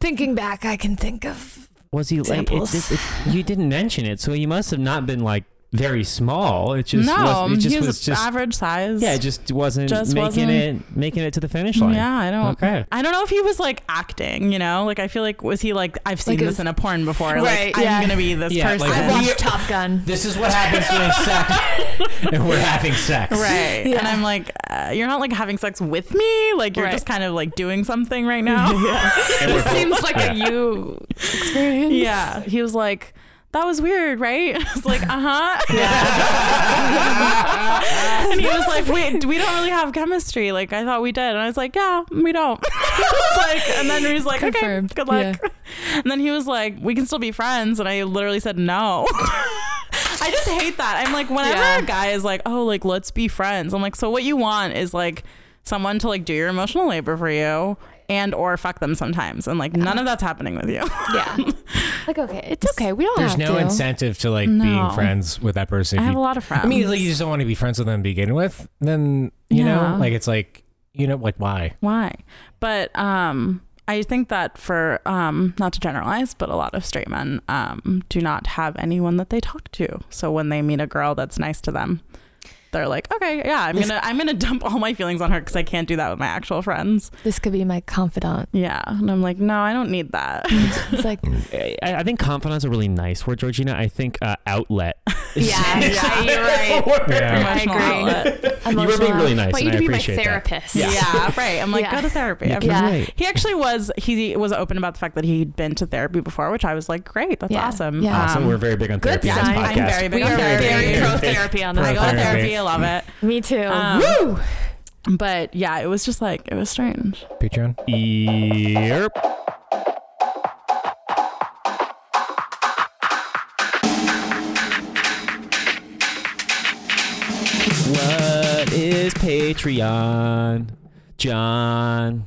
A: Thinking back, I can think of.
C: Was he
A: like- it- Samples. this-
C: you didn't mention it, so he must have not been like very small. It just
D: no,
C: was, it just
D: he was,
C: was just
D: average size.
C: yeah, it just wasn't
D: Just
C: making
D: wasn't-
C: it making it to the finish line.
D: Yeah, I don't.
C: Okay.
D: I don't know if he was like acting. You know, like I feel like was he like I've seen
A: Like it
D: this
A: was-
D: in a porn before.
A: Right,
D: like
A: yeah.
D: I'm gonna be this
B: Yeah,
D: person.
B: like,
A: I
B: we-
A: watched Top Gun.
B: This is what happens during sex, and we're having sex.
D: Right.
A: Yeah.
D: And I'm like, uh, you're not like having sex with me. Like, you're
A: Right.
D: just kind of like doing something right now.
C: And we're both-
A: Seems like a you experience.
D: yeah. He was like, that was weird, right? I was like, uh huh. and he was like, wait, we don't really have chemistry. Like, I thought we did. And I was like, yeah, we don't. like, and then he was like,
A: Confirmed.
D: okay, good luck. And then he was like, we can still be friends. And I literally said, no. I just hate that. I'm like, whenever
A: Yeah.
D: a guy is like, oh, like, let's be friends, I'm like, so what you want is like someone to like do your emotional labor for you and or fuck them sometimes. And like, none of that's happening with you.
A: Yeah. Like, okay, it's okay. We don't
B: Um, There's
A: have
B: no
A: to.
B: incentive to like
D: No.
B: being friends with that person.
D: I
B: if
D: have
B: you-
D: a lot of
B: I
D: friends.
B: mean, like you just don't want to be friends with them to begin with. Then you
D: Yeah.
B: know, like it's like you know, like why?
D: why? But um, I think that for um, not to generalize, but a lot of straight men um, do not have anyone that they talk to. So when they meet a girl that's nice to them, they're like, okay, yeah, I'm gonna I'm gonna dump all my feelings on her because I can't do that with my actual friends.
A: This could be my confidant.
D: Yeah, and I'm like, no, I don't need that.
A: It's like,
C: I, I think confidant's a really nice word, Georgina. I think uh, outlet. is-
F: Yeah, yeah, you're right.
B: Yeah.
D: Emotional
F: agree.
D: outlet.
C: You were being really nice.
A: want you
C: and I
A: to be my
C: appreciate that.
A: therapist.
D: Yeah. right. I'm like,
A: Yeah.
D: go to therapy.
C: Yeah,
D: I'm
A: Yeah.
C: right.
D: He actually was. He was open about the fact that he'd been to therapy before, which I was like, great, that's
A: Yeah.
D: awesome.
A: Yeah.
D: Um,
C: Awesome. We're very big on
A: good
C: therapy on this
A: sign.
D: I'm
C: podcast.
D: very big
F: We
D: on
F: are
D: therapy.
F: very
A: pro therapy on this.
D: I go to
B: Pro
D: therapy.
B: therapy.
D: I love it.
A: Me too.
D: Um,
A: Woo!
D: But yeah, it was just like it was strange.
B: Patreon.
C: Yep. What is Patreon? John.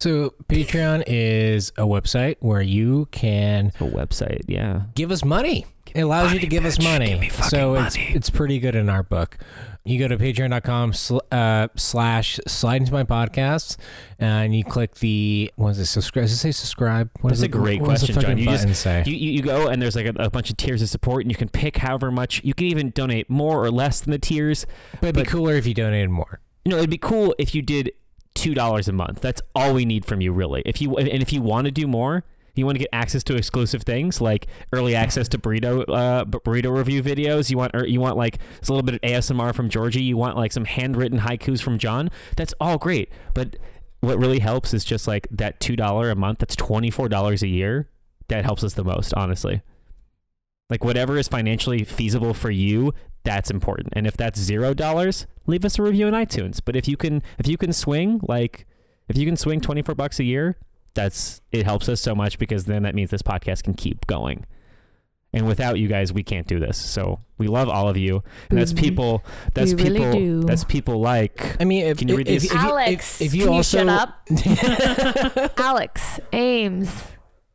B: So Patreon is a website where you can
C: A website, yeah.
B: give us money. It allows you to
C: money,
B: give us
C: bitch.
B: money.
C: Give me fucking
B: so
C: money.
B: it's it's pretty good in our book. You go to patreon.com sl- uh, slash slide into my podcast and you click the what is it subscribe? Does it say subscribe? What
C: That's
B: does
C: a great
B: what does the
C: question, John.
B: fucking
C: You just-
B: button say?
C: You, you, you go and there's like a, a bunch of tiers of support, and you can pick however much. You can even donate more or less than the tiers.
B: but it'd be
C: but-
B: cooler if you donated more.
C: you know, it'd be cool if you did two dollars a month. That's all we need from you, really. If you and and if you want to do more, you want to get access to exclusive things like early access to burrito uh, b- burrito review videos. You want or you want like it's a little bit of ASMR from Georgie. You want like some handwritten haikus from John. That's all great, but what really helps is just like that two dollar a month. That's twenty four dollars a year. That helps us the most, honestly. Like whatever is financially feasible for you, that's important. And if that's zero dollars, leave us a review on iTunes. But if you can, if you can swing like, if you can swing twenty four bucks a year, that's it helps us so much because then that means this podcast can keep going. And without you guys, we can't do this. So we love all of you, and that's
A: Mhm.
C: people. That's
A: We really
C: people.
A: do.
C: That's people like.
B: I mean, if,
C: Can you
B: if-
C: read
B: if-
C: this?
B: if you- if-
A: Alex,
B: if, you
A: can
B: also
A: you shut up? Alex, Ames,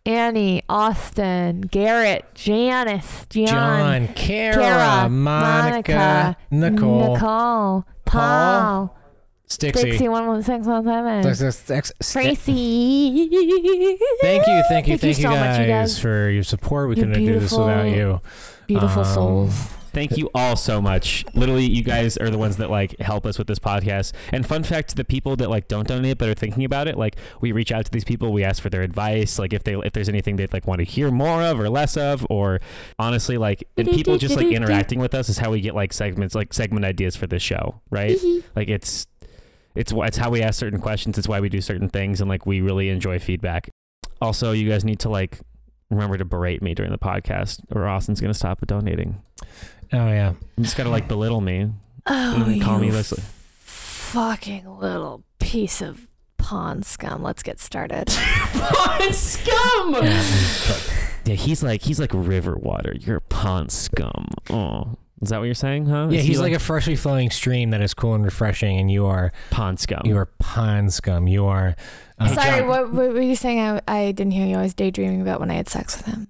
A: Annie, Austin, Garrett, Janice, John,
B: John, Kara,
A: Kara,
B: Monica,
A: Monica,
B: Nicole,
A: Nicole,
B: Paul,
A: Paul,
B: Stixie,
A: Dixie, one one six one seven,
B: Tracy.
A: Tracy.
B: Thank you, thank you, thank, you,
A: so
B: guys,
A: much, you guys.
B: for your support. We
A: You're
B: couldn't do this without
A: beautiful.
B: you.
A: Beautiful
B: Um,
A: souls.
C: Thank you all so much. Literally, you guys are the ones that like help us with this podcast. And fun fact: the people that like don't donate but are thinking about it, like we reach out to these people, we ask for their advice, like if they if there's anything they'd like want to hear more of or less of, or honestly, like and people just like interacting with us is how we get like segments, like segment ideas for this show, right? Like it's it's wh- it's how we ask certain questions. It's why we do certain things, and like we really enjoy feedback. Also, you guys need to like remember to berate me during the podcast, or Austin's gonna stop donating.
B: Oh yeah.
C: You just gotta like belittle me.
A: Oh,
C: Mm, call me
A: you
C: Leslie.
A: Fucking little piece of pawn scum. Let's get started.
C: Yeah, he's like he's like river water. You're a pond scum. Oh, is that what you're saying, huh?
B: Yeah,
C: Is
B: he's
C: he
B: like, a freshly flowing stream that is cool and refreshing, and you are
C: pond scum.
B: you are pond scum. You are. uh,
A: Sorry,
C: John.
A: what, what were you saying? I, I didn't hear you. I was daydreaming about when I had sex with him.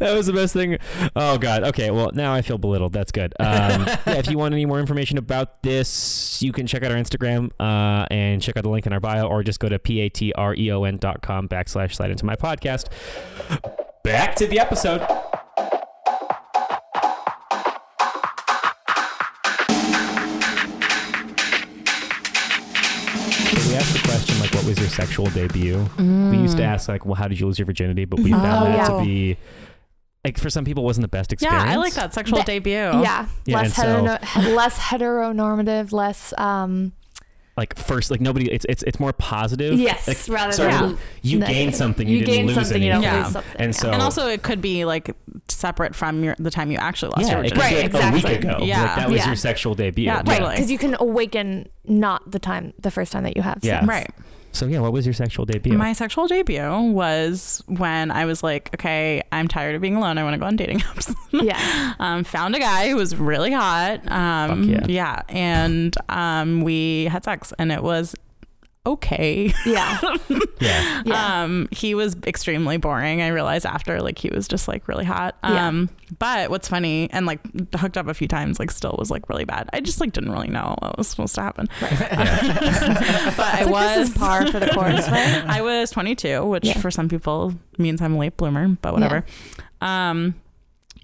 C: that was the best thing. Oh God. Okay. Well, now I feel belittled. That's good. Um, yeah, if you want any more information about this, you can check out our Instagram uh, and check out the link in our bio, or just go to patreon E dot com backslash slide into my podcast. Back to the episode. We asked the question like, what was your sexual debut? We used
D: Hmm.
C: to ask like, well, how did you lose your virginity? But we found
A: Oh,
C: that
A: yeah.
C: to be like for some people it wasn't the best
D: Yeah,
C: experience.
D: I like that sexual
A: That-
D: debut.
A: Yeah,
C: Yeah,
A: less
C: and so-
A: hetero, less heteronormative, less um.
C: Like first, like nobody. It's it's it's more positive.
A: Yes,
C: Like,
A: rather
C: sorry,
A: than
C: you- you
A: negative.
C: gain something. You, didn't
A: gain
C: lose
A: something. You
C: anything.
A: don't
D: anything.
A: lose
D: Yeah.
A: something.
C: And so
D: And also, it could be like separate from your the time you actually lost
C: yeah,
D: your
C: it could
D: virginity.
C: be,
A: Right,
C: like, a
A: exactly.
C: week ago.
D: Yeah.
C: Like, that was
A: Yeah.
C: your sexual debut.
D: Yeah,
A: right,
D: totally.
A: because you can awaken not the time, the first time that you have.
C: Yeah.
A: sex.
D: Right.
C: So yeah, what was your sexual debut?
D: My sexual debut was when I was like, okay, I'm tired of being alone. I want to go on dating apps.
A: yeah.
D: um, found a guy who was really hot. Um,
C: Fuck yeah.
D: And um, we had sex, and it was okay.
A: Yeah.
B: Yeah.
A: Yeah.
D: Um, he was extremely boring. I realized after, like, he was just like really hot.
A: Yeah.
D: Um, but what's funny and like hooked up a few times, like, still was like really bad. I just like didn't really know what was supposed to happen. but I
A: It's like,
D: was
A: this is par for the course, right?
D: I was 22, which
A: Yeah.
D: for some people means I'm a late bloomer, but whatever. Um,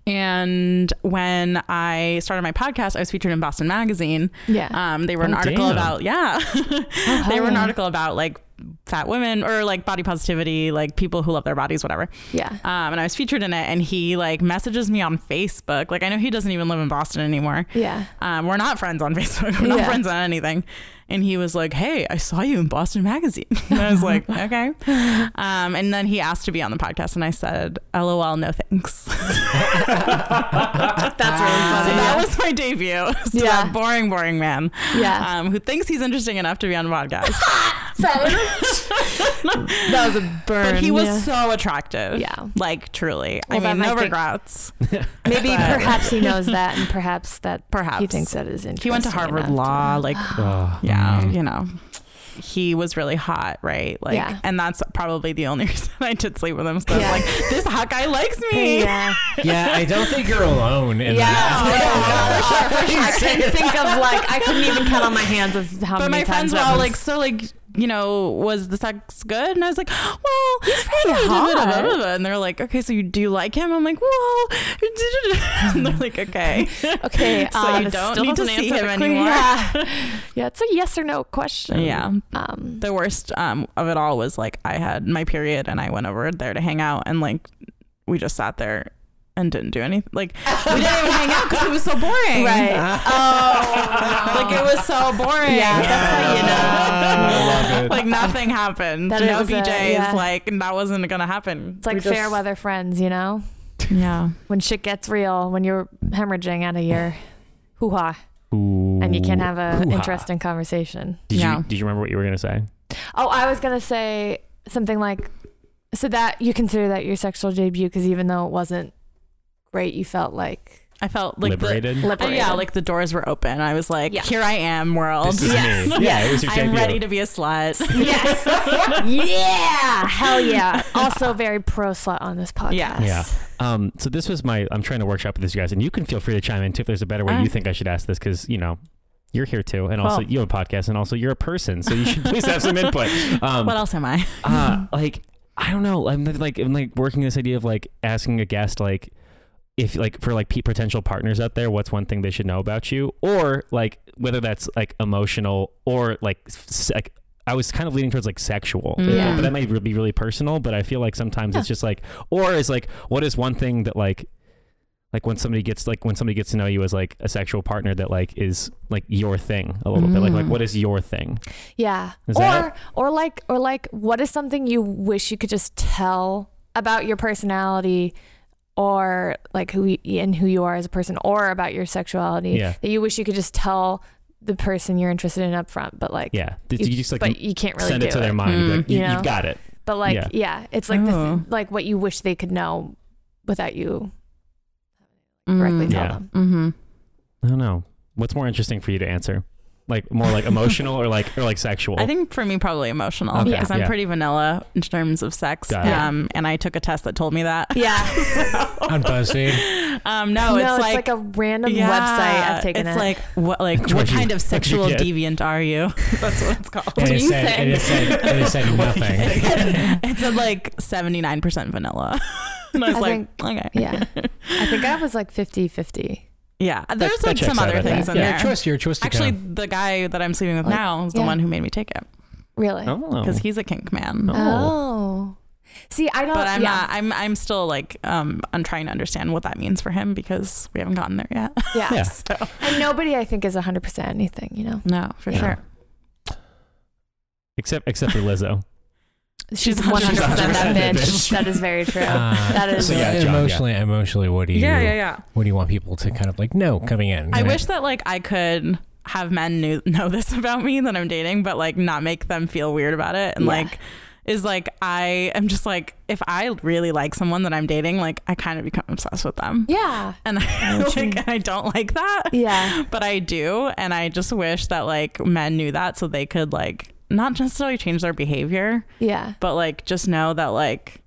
D: and when I started my podcast, I was featured in Boston Magazine.
A: yeah.
D: Um, they were an
C: Oh,
D: article
C: damn.
D: about yeah,
A: Oh,
D: they were an
A: yeah.
D: article about like fat women or like body positivity, like people who love their bodies, whatever.
A: Yeah.
D: Um, and I was featured in it, and he like messages me on Facebook. Like I know he doesn't even live in Boston anymore.
A: Yeah.
D: Um, we're not friends on Facebook. We're not
A: Yeah.
D: friends on anything. And he was like, "Hey, I saw you in Boston Magazine." And I was like, "Okay." Um, and then he asked to be on the podcast, and I said, "LOL, no thanks."
A: That's really funny.
D: So that was my debut. to
A: Yeah.
D: that boring, boring man
A: Yeah.
D: um, who thinks he's interesting enough to be on the podcast. Um,
A: that was a burn.
D: But he was
A: yeah.
D: so attractive.
A: Yeah.
D: Like truly.
A: Well,
D: I
A: that
D: mean, no
A: might be-
D: regrets.
A: Maybe
D: but-
A: perhaps he knows that, and perhaps that
D: Perhaps.
A: he thinks that is interesting.
D: He went to Harvard
A: enough to-
D: Law. Like,
B: Oh,
D: yeah,
B: man.
D: you know. He was really hot, right? Like,
A: Yeah.
D: and that's probably the only reason I did sleep with him. So
A: Yeah.
D: I was like, this hot guy likes me.
A: Yeah.
B: Yeah, I don't think you're alone in
A: Yeah.
B: that.
A: for sure, for sure. I couldn't think of like I couldn't even count on my hands of how
D: But
A: many
D: my
A: times
D: friends were
A: that
D: all
A: was-
D: like, so like, you know, was the sex good? And I was like, well, he's
A: pretty hot.
D: And they're like, okay, so you do you like him? I'm like, well, and they're like, okay.
A: okay,
D: So
A: uh,
D: you
A: this
D: don't
A: still
D: need to
A: doesn't
D: see
A: answer
D: him
A: the que-
D: anymore.
A: Yeah. yeah, it's a yes or no question.
D: Yeah.
A: Um,
D: The worst um, of it all was like I had my period and I went over there to hang out and like we just sat there and didn't do anything. Like we didn't even hang out because it was so boring.
A: right. oh,
D: Like it was so boring.
A: Yeah, that's how you
B: know. I love it.
D: Like nothing happened.
A: That it
D: no
A: was a-
D: BJ's.
A: yeah.
D: Like and that wasn't gonna happen.
A: It's like
D: We just-
A: fair weather friends, you know.
D: Yeah.
A: When shit gets real, when you're hemorrhaging out of your hoo ha,
C: Ooh.
A: and you can have an
B: hoo-ha.
A: interesting conversation.
C: Did
D: Yeah.
C: you did you remember what you were gonna say?
A: Oh, I was gonna say something like, so that you consider that your sexual debut because even though it wasn't great, you felt like
D: I felt like
C: Liberated.
D: the uh,
A: liberated.
D: yeah, like the doors were open. I was like,
A: Yeah.
D: here I am, world.
C: This is
A: Yes.
C: me. Yeah, it was your
D: I'm
C: debut.
D: ready to be a slut.
A: yes, yeah, hell yeah. Also very pro slut on this podcast.
D: Yeah.
C: Yeah. Um, so this was my. I'm trying to workshop with these guys, and you can feel free to chime in too if there's a better way
D: All
C: you
D: right.
C: think I should ask this because you know you're here too, and also
D: Well.
C: you have a podcast, and also you're a person, so you should please have some input. Um,
D: what else am I?
C: uh, like I don't know. I'm like I'm like working this idea of like asking a guest like if like for like pe- potential partners out there, what's one thing they should know about you, or like whether that's like emotional or like s- like. I was kind of leaning towards like sexual,
D: Mm.
A: Yeah.
C: but that may be really personal. But I feel like sometimes it's just like, or is like, what is one thing that like, like when somebody gets like when somebody gets to know you as like a sexual partner that like is like your thing a little bit, like like
D: Mm.
C: what is your thing?
A: Yeah.
C: Is
A: or
C: that
A: or like or like what is something you wish you could just tell about your personality or like who you, and who you are as a person or about your sexuality
C: Yeah.
A: that you wish you could just tell the person you're interested in up front but like
C: Yeah, Did you just like
A: but you can't really
C: send
A: do Mm-hmm.
C: it to their mind. and be
D: Mm.
C: like, you,
A: You know?
C: have got it.
A: but like
C: yeah.
A: yeah, it's like the th-
D: Oh.
A: like what you wish they could know without you directly tell
C: Yeah.
A: them
D: Mm-hmm.
C: I don't know. What's more interesting for you to answer? Like more like emotional or like or like sexual?
D: I think for me, probably emotional
C: Okay,
D: because I'm
C: yeah.
D: pretty vanilla in terms of sex.
C: Got it.
D: Um, and I took a test that told me that.
A: yeah
B: On BuzzFeed.
D: Um, no, it's, like,
A: a random
D: yeah,
A: website i've taken
D: It's
A: it
D: like what, like what
C: What'd you-
D: kind of
C: what'd you
D: sexual
C: get?
D: deviant are you? That's what it's called.
B: And it
A: you
B: said, and it said, and it said nothing.
D: It said, it said like 79% vanilla. And I was
A: I
D: like, okay.
A: yeah i think i was like 50 50
D: Yeah. There's
C: that
D: like
C: checks
D: some
C: out, I
D: other
C: think.
D: things in
B: Yeah,
D: there.
B: choice, your choice to
D: Actually,
B: count.
D: the guy that I'm sleeping with
A: Like,
D: now is the
A: yeah.
D: one who made me take it
A: really
C: oh.
D: because he's a kink man.
C: Oh.
A: Oh. See, I don't.
D: But I'm
A: yeah.
D: not. I'm. I'm still like. Um. I'm trying to understand what that means for him because we haven't gotten there yet.
A: Yeah.
C: Yeah.
D: so
A: And nobody, I think, is 100% anything, you know?
D: no, for
A: Yeah.
D: sure.
C: Except except for Lizzo.
A: She's,
D: She's
A: 100%, that
D: 100%
C: that
A: bitch.
C: bitch.
A: that is very true.
B: Uh,
A: that is.
B: so
C: Yeah,
B: yeah,
C: John, yeah.
B: emotionally, emotionally, what do you,
D: yeah.
B: what do you want people to kind of like know coming in?
D: I
B: And
D: wish that like I could have men knew, know this about me that I'm dating, but like not make them feel weird about it and
A: Yeah.
D: like is like I am just like if I really like someone that I'm dating, like I kind of become obsessed with them.
A: Yeah.
D: And I,
A: what you mean.
D: like, I don't like that,
A: Yeah.
D: but I do, and I just wish that like men knew that so they could like not necessarily change their behavior,
A: Yeah.
D: but like just know that like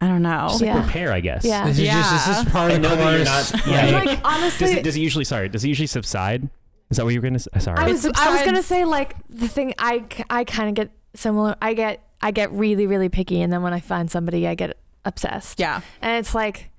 D: I don't know.
A: Yeah.
C: Prepare, I guess.
A: Yeah.
B: This is just this
D: Uh, Yeah.
B: is part
C: I
B: of the
C: know that you're
B: course.
C: not.
A: And,
C: Yeah.
A: like honestly,
C: does, it, does it usually? Sorry. Does it usually subside? Is that what you were gonna say? Sorry.
A: I was
D: It
A: I was
D: subsides.
A: gonna say like the thing I c- I kind of get similar. I get I get really really picky, and then when I find somebody, I get obsessed.
D: Yeah.
A: and it's like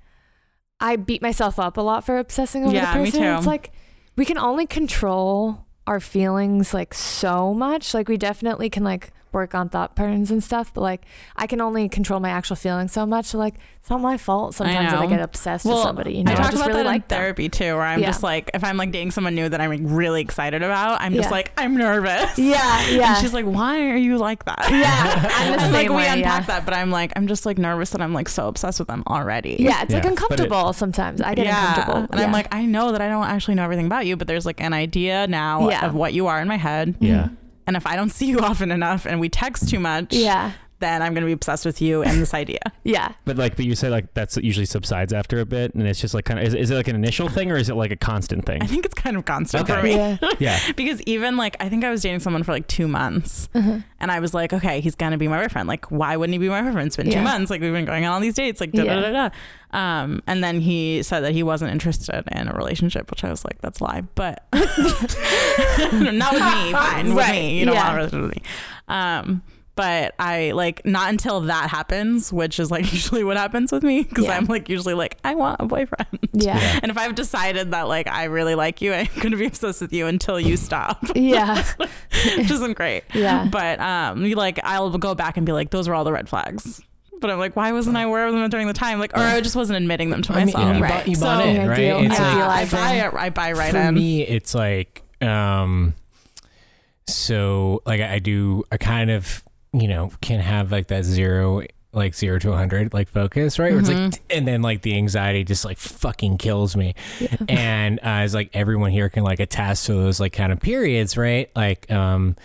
A: I beat myself up a lot for obsessing over
D: Yeah,
A: the
D: me
A: person.
D: too.
A: It's like we can only control our feelings like so much. Like we definitely can like work on thought patterns and stuff, but like I can only control my actual feelings so much. So like it's not my fault sometimes that I
D: know.
A: get obsessed with somebody. You
D: I
A: know,
D: talk
A: just
D: about
A: really
D: that
A: like
D: in
A: them.
D: therapy too, where I'm
A: Yeah.
D: just like, if I'm like dating someone new that I'm like, really excited about, I'm just
A: Yeah.
D: like, I'm nervous.
A: Yeah, yeah.
D: And she's like, why are you like that?
A: yeah, I'm the
D: And like
A: same
D: we
A: way,
D: unpack
A: yeah.
D: that, but I'm like, I'm just like nervous that I'm like so obsessed with them already.
A: Yeah, it's
C: Yeah,
A: like
C: but it-
A: uncomfortable sometimes. I get uncomfortable.
D: And
A: yeah.
D: I'm like, I know that I don't actually know everything about you, but there's like an idea now
A: Yeah.
D: of what you are in my head.
C: yeah.
D: And if I don't see you often enough and we text too much,
A: yeah,
D: then I'm going to be obsessed with you and this idea.
A: yeah.
C: But like, but you say like that's it usually subsides after a bit, and it's just like kind of is, is it like an initial thing or is it like a constant thing?
D: I think it's kind of constant
C: Okay.
D: for me.
C: yeah.
A: Yeah.
D: Because even like, I think I was dating someone for like two months and I was like, okay, he's going to be my boyfriend. Like, why wouldn't he be my boyfriend? It's been
A: Yeah.
D: two months. Like, we've been going on all these dates, like, da da
A: Yeah.
D: da da. Um, and then he said that he wasn't interested in a relationship, which I was like, that's a lie. But not with me, fine, with me. You don't
A: Yeah.
D: want a relationship with me. Um, but I like not until that happens, which is like usually what happens with me because
A: Yeah.
D: I'm like usually like I want a boyfriend.
A: Yeah.
D: And if I've decided that like I really like you, I'm gonna be obsessed with you until you stop,
A: Yeah.
D: which isn't great.
A: Yeah.
D: But um, you like I'll go back and be like, those were all the red flags. But I'm like, why wasn't I aware of them during the time? Like, or I just wasn't admitting them to
B: I mean,
D: myself.
B: you,
A: Right.
B: bu- you
D: So-
B: bought in, right?
A: Ideal- Yeah.
B: It's like,
A: ideal
D: I
A: idealizing.
D: buy, I buy right
B: for
D: in.
B: me, it's like um, so like I do. I kind of you know can have like that zero, like zero to hundred, like focus, right? Where it's
D: Mm-hmm.
B: like, and then like the anxiety just like fucking kills me. And uh, as like everyone here can like attest to those like kind of periods, right? Like um.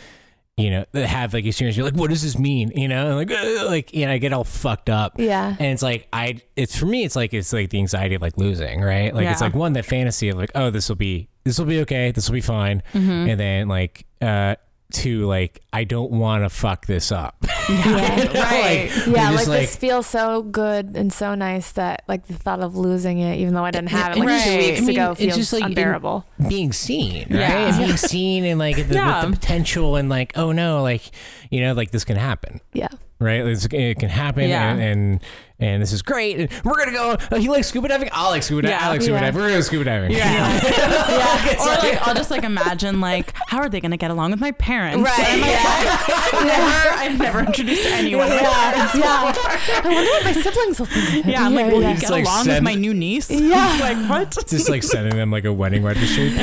B: You know, that have like experience. You're like, what does this mean? You know, like, "Ugh," like, you know, I get all fucked up.
A: Yeah.
B: And it's like I it's for me it's like it's like the anxiety of like losing, right? Like it's
D: Yeah.
B: like one that fantasy of like oh this will be this will be okay, this will be fine.
A: Mm-hmm.
B: And then like uh two like I don't want to fuck this up.
A: Yeah.
D: right.
A: Yeah,
B: You're
A: like,
B: just
A: this feels so good and so nice that like the thought of losing it, even though I didn't have it like two
D: Right.
A: weeks
B: I mean,
A: ago,
B: it's
A: feels
B: just, like, in-
A: unbearable.
B: being seen, right?
D: Yeah.
B: And being seen and like the,
D: Yeah.
B: with the potential and like oh no, like you know like this can happen.
A: yeah,
B: right? It's, it can happen,
D: Yeah.
B: and, and and this is great. And we're gonna go. Oh, he likes scuba diving. I like scuba diving.
D: Yeah.
B: I like scuba
A: Yeah.
B: diving. We're gonna go scuba diving.
D: Yeah.
B: yeah.
D: Or like I'll just like imagine like how are they gonna get along with my parents? And I'm like, I've never, I've never introduced anyone. to my parents.
A: yeah, yeah. I wonder what my siblings will think of it.
D: Yeah, I'm like, will
A: yeah.
D: you
B: Just,
D: get
B: like,
D: along
B: send-
D: with my new niece?
A: Yeah.
D: like what?
B: Just like sending them like a wedding registry.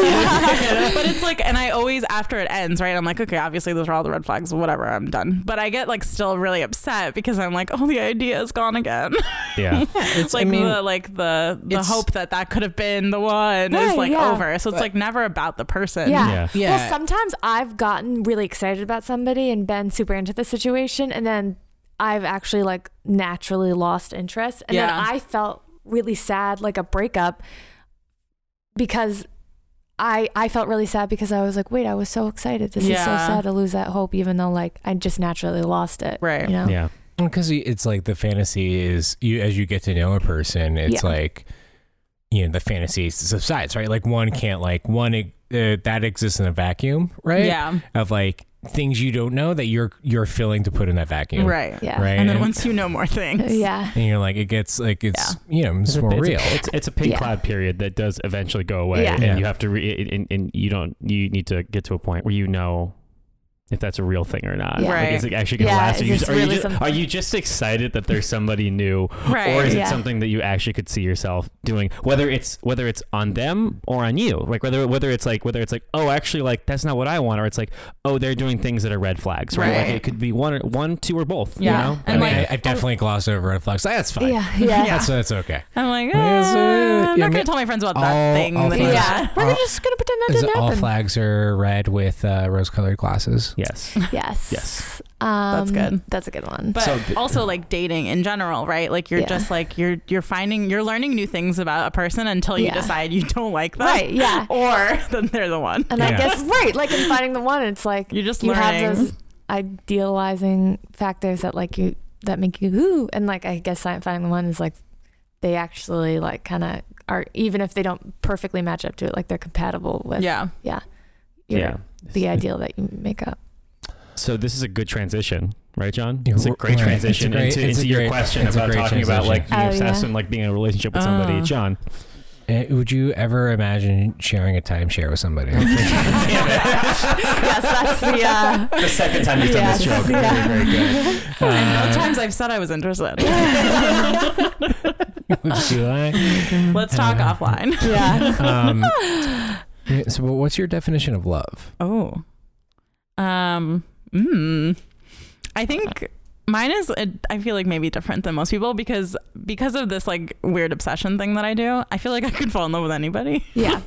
D: but it's like, and I always after it ends, right? I'm like, okay, obviously those are all the red flags. Whatever, I'm done. But I get like still really upset because I'm like, oh, the idea is gone again.
C: Yeah.
D: It's like
B: mean,
D: the like the the
B: it's-
D: hope that that could have been the one
A: Right,
D: is like
A: yeah.
D: over. So it's like never about the person.
A: Yeah.
C: Yeah.
B: Yeah.
A: Well, sometimes I've gotten really excited about somebody and been super into the situation, and then I've actually like naturally lost interest, and
D: Yeah.
A: then I felt really sad, like a breakup, because I I felt really sad because I was like, wait, I was so excited. This is so
D: Yeah.
A: sad to lose that hope, even though like I just naturally lost it.
D: Right.
A: You know?
C: Yeah.
B: Because it's like the fantasy is you as you get to know a person, it's
A: Yeah.
B: like you know the fantasy subsides, right? Like one can't like one uh, that exists in a vacuum, right?
D: Yeah.
B: Of like things you don't know that you're you're filling to put in that vacuum,
D: Right.
A: Yeah.
B: Right.
D: And then once you know more things.
A: Yeah.
B: and you're like it gets like it's you know it's,
C: a-
B: more
C: a-
B: real.
C: It's, it's a pink
A: Yeah.
C: cloud period that does eventually go away,
A: Yeah.
C: and
B: Yeah.
C: you have to re- and, and you don't you need to get to a point where you know if that's a real thing or not.
A: Yeah.
C: Like,
D: Right.
C: is it actually going to
A: Yeah,
C: last? Are
A: is
C: you,
A: this
C: just, are,
A: really
C: you just,
A: something-
C: are you just excited that there's somebody new,
D: Right.
C: or is
A: Yeah.
C: it something that you actually could see yourself doing? Whether it's whether it's on them or on you, like whether whether it's like whether it's like oh actually like that's not what I want, or it's like oh they're doing things that are red flags, right? Like
D: Right.
C: it could be one or, one, two, or both.
D: Yeah.
C: You know?
D: And,
B: I mean,
D: like- oh.
B: I, I definitely glossed over red flags. That's fine.
A: Yeah. Yeah.
D: Yeah.
B: That's that's okay.
D: I'm like,
B: Like, is
D: "Uh,
B: it-
D: I'm
B: yeah,
D: not
B: me-
D: gonna tell my friends about
B: all-
D: that thing.
B: all
D: that-
B: friends.
D: yeah.
A: We're
B: All-
A: just gonna pretend that
B: Is
A: didn't
B: all
A: happen.
B: flags are red with uh, rose-colored glasses?
C: Yes.
A: Yes.
C: Yes.
A: Um,
D: good.
A: That's a good one.
D: but
C: So-
D: also like dating in general right like you're
A: Yeah.
D: just like you're you're finding you're learning new things about a person until you
A: Yeah.
D: decide you don't like them
A: right. Yeah.
D: or then they're the one
A: And I
B: Yeah.
A: guess right, like in finding the one, it's like
D: You're just
A: you
D: learning.
A: have those idealizing factors that like you that make you ooh, and like I guess sci- finding the one is like they actually like kind of are even if they don't perfectly match up to it, like they're compatible with
D: yeah
A: your,
C: yeah.
A: the ideal that you make up.
C: So this is a good transition, right, John?
B: Yeah,
C: It's a
B: we're-
C: great
B: right.
C: transition
B: It's a great-
C: into,
B: it's a
C: into your
B: great-
C: question
B: it's a
C: about
B: great
C: talking about like
B: transition.
C: being
A: Oh,
C: obsessed
A: yeah.
C: and like being in a relationship with somebody,
D: Oh.
C: John.
B: Uh, Would you ever imagine sharing a timeshare with somebody?
A: yes, that's the uh,
C: The second time you've done this
A: Yes.
C: joke,
A: Yeah.
C: very, very good.
D: and both times i've said i was interested
B: Would you lie?
D: let's talk offline
A: yeah.
B: Um, yeah, so, but what's your definition of love?
D: Oh. Um. Mm, I think mine is. uh, I feel like maybe different than most people because because of this like weird obsession thing that I do. I feel like I could fall in love with anybody.
A: Yeah.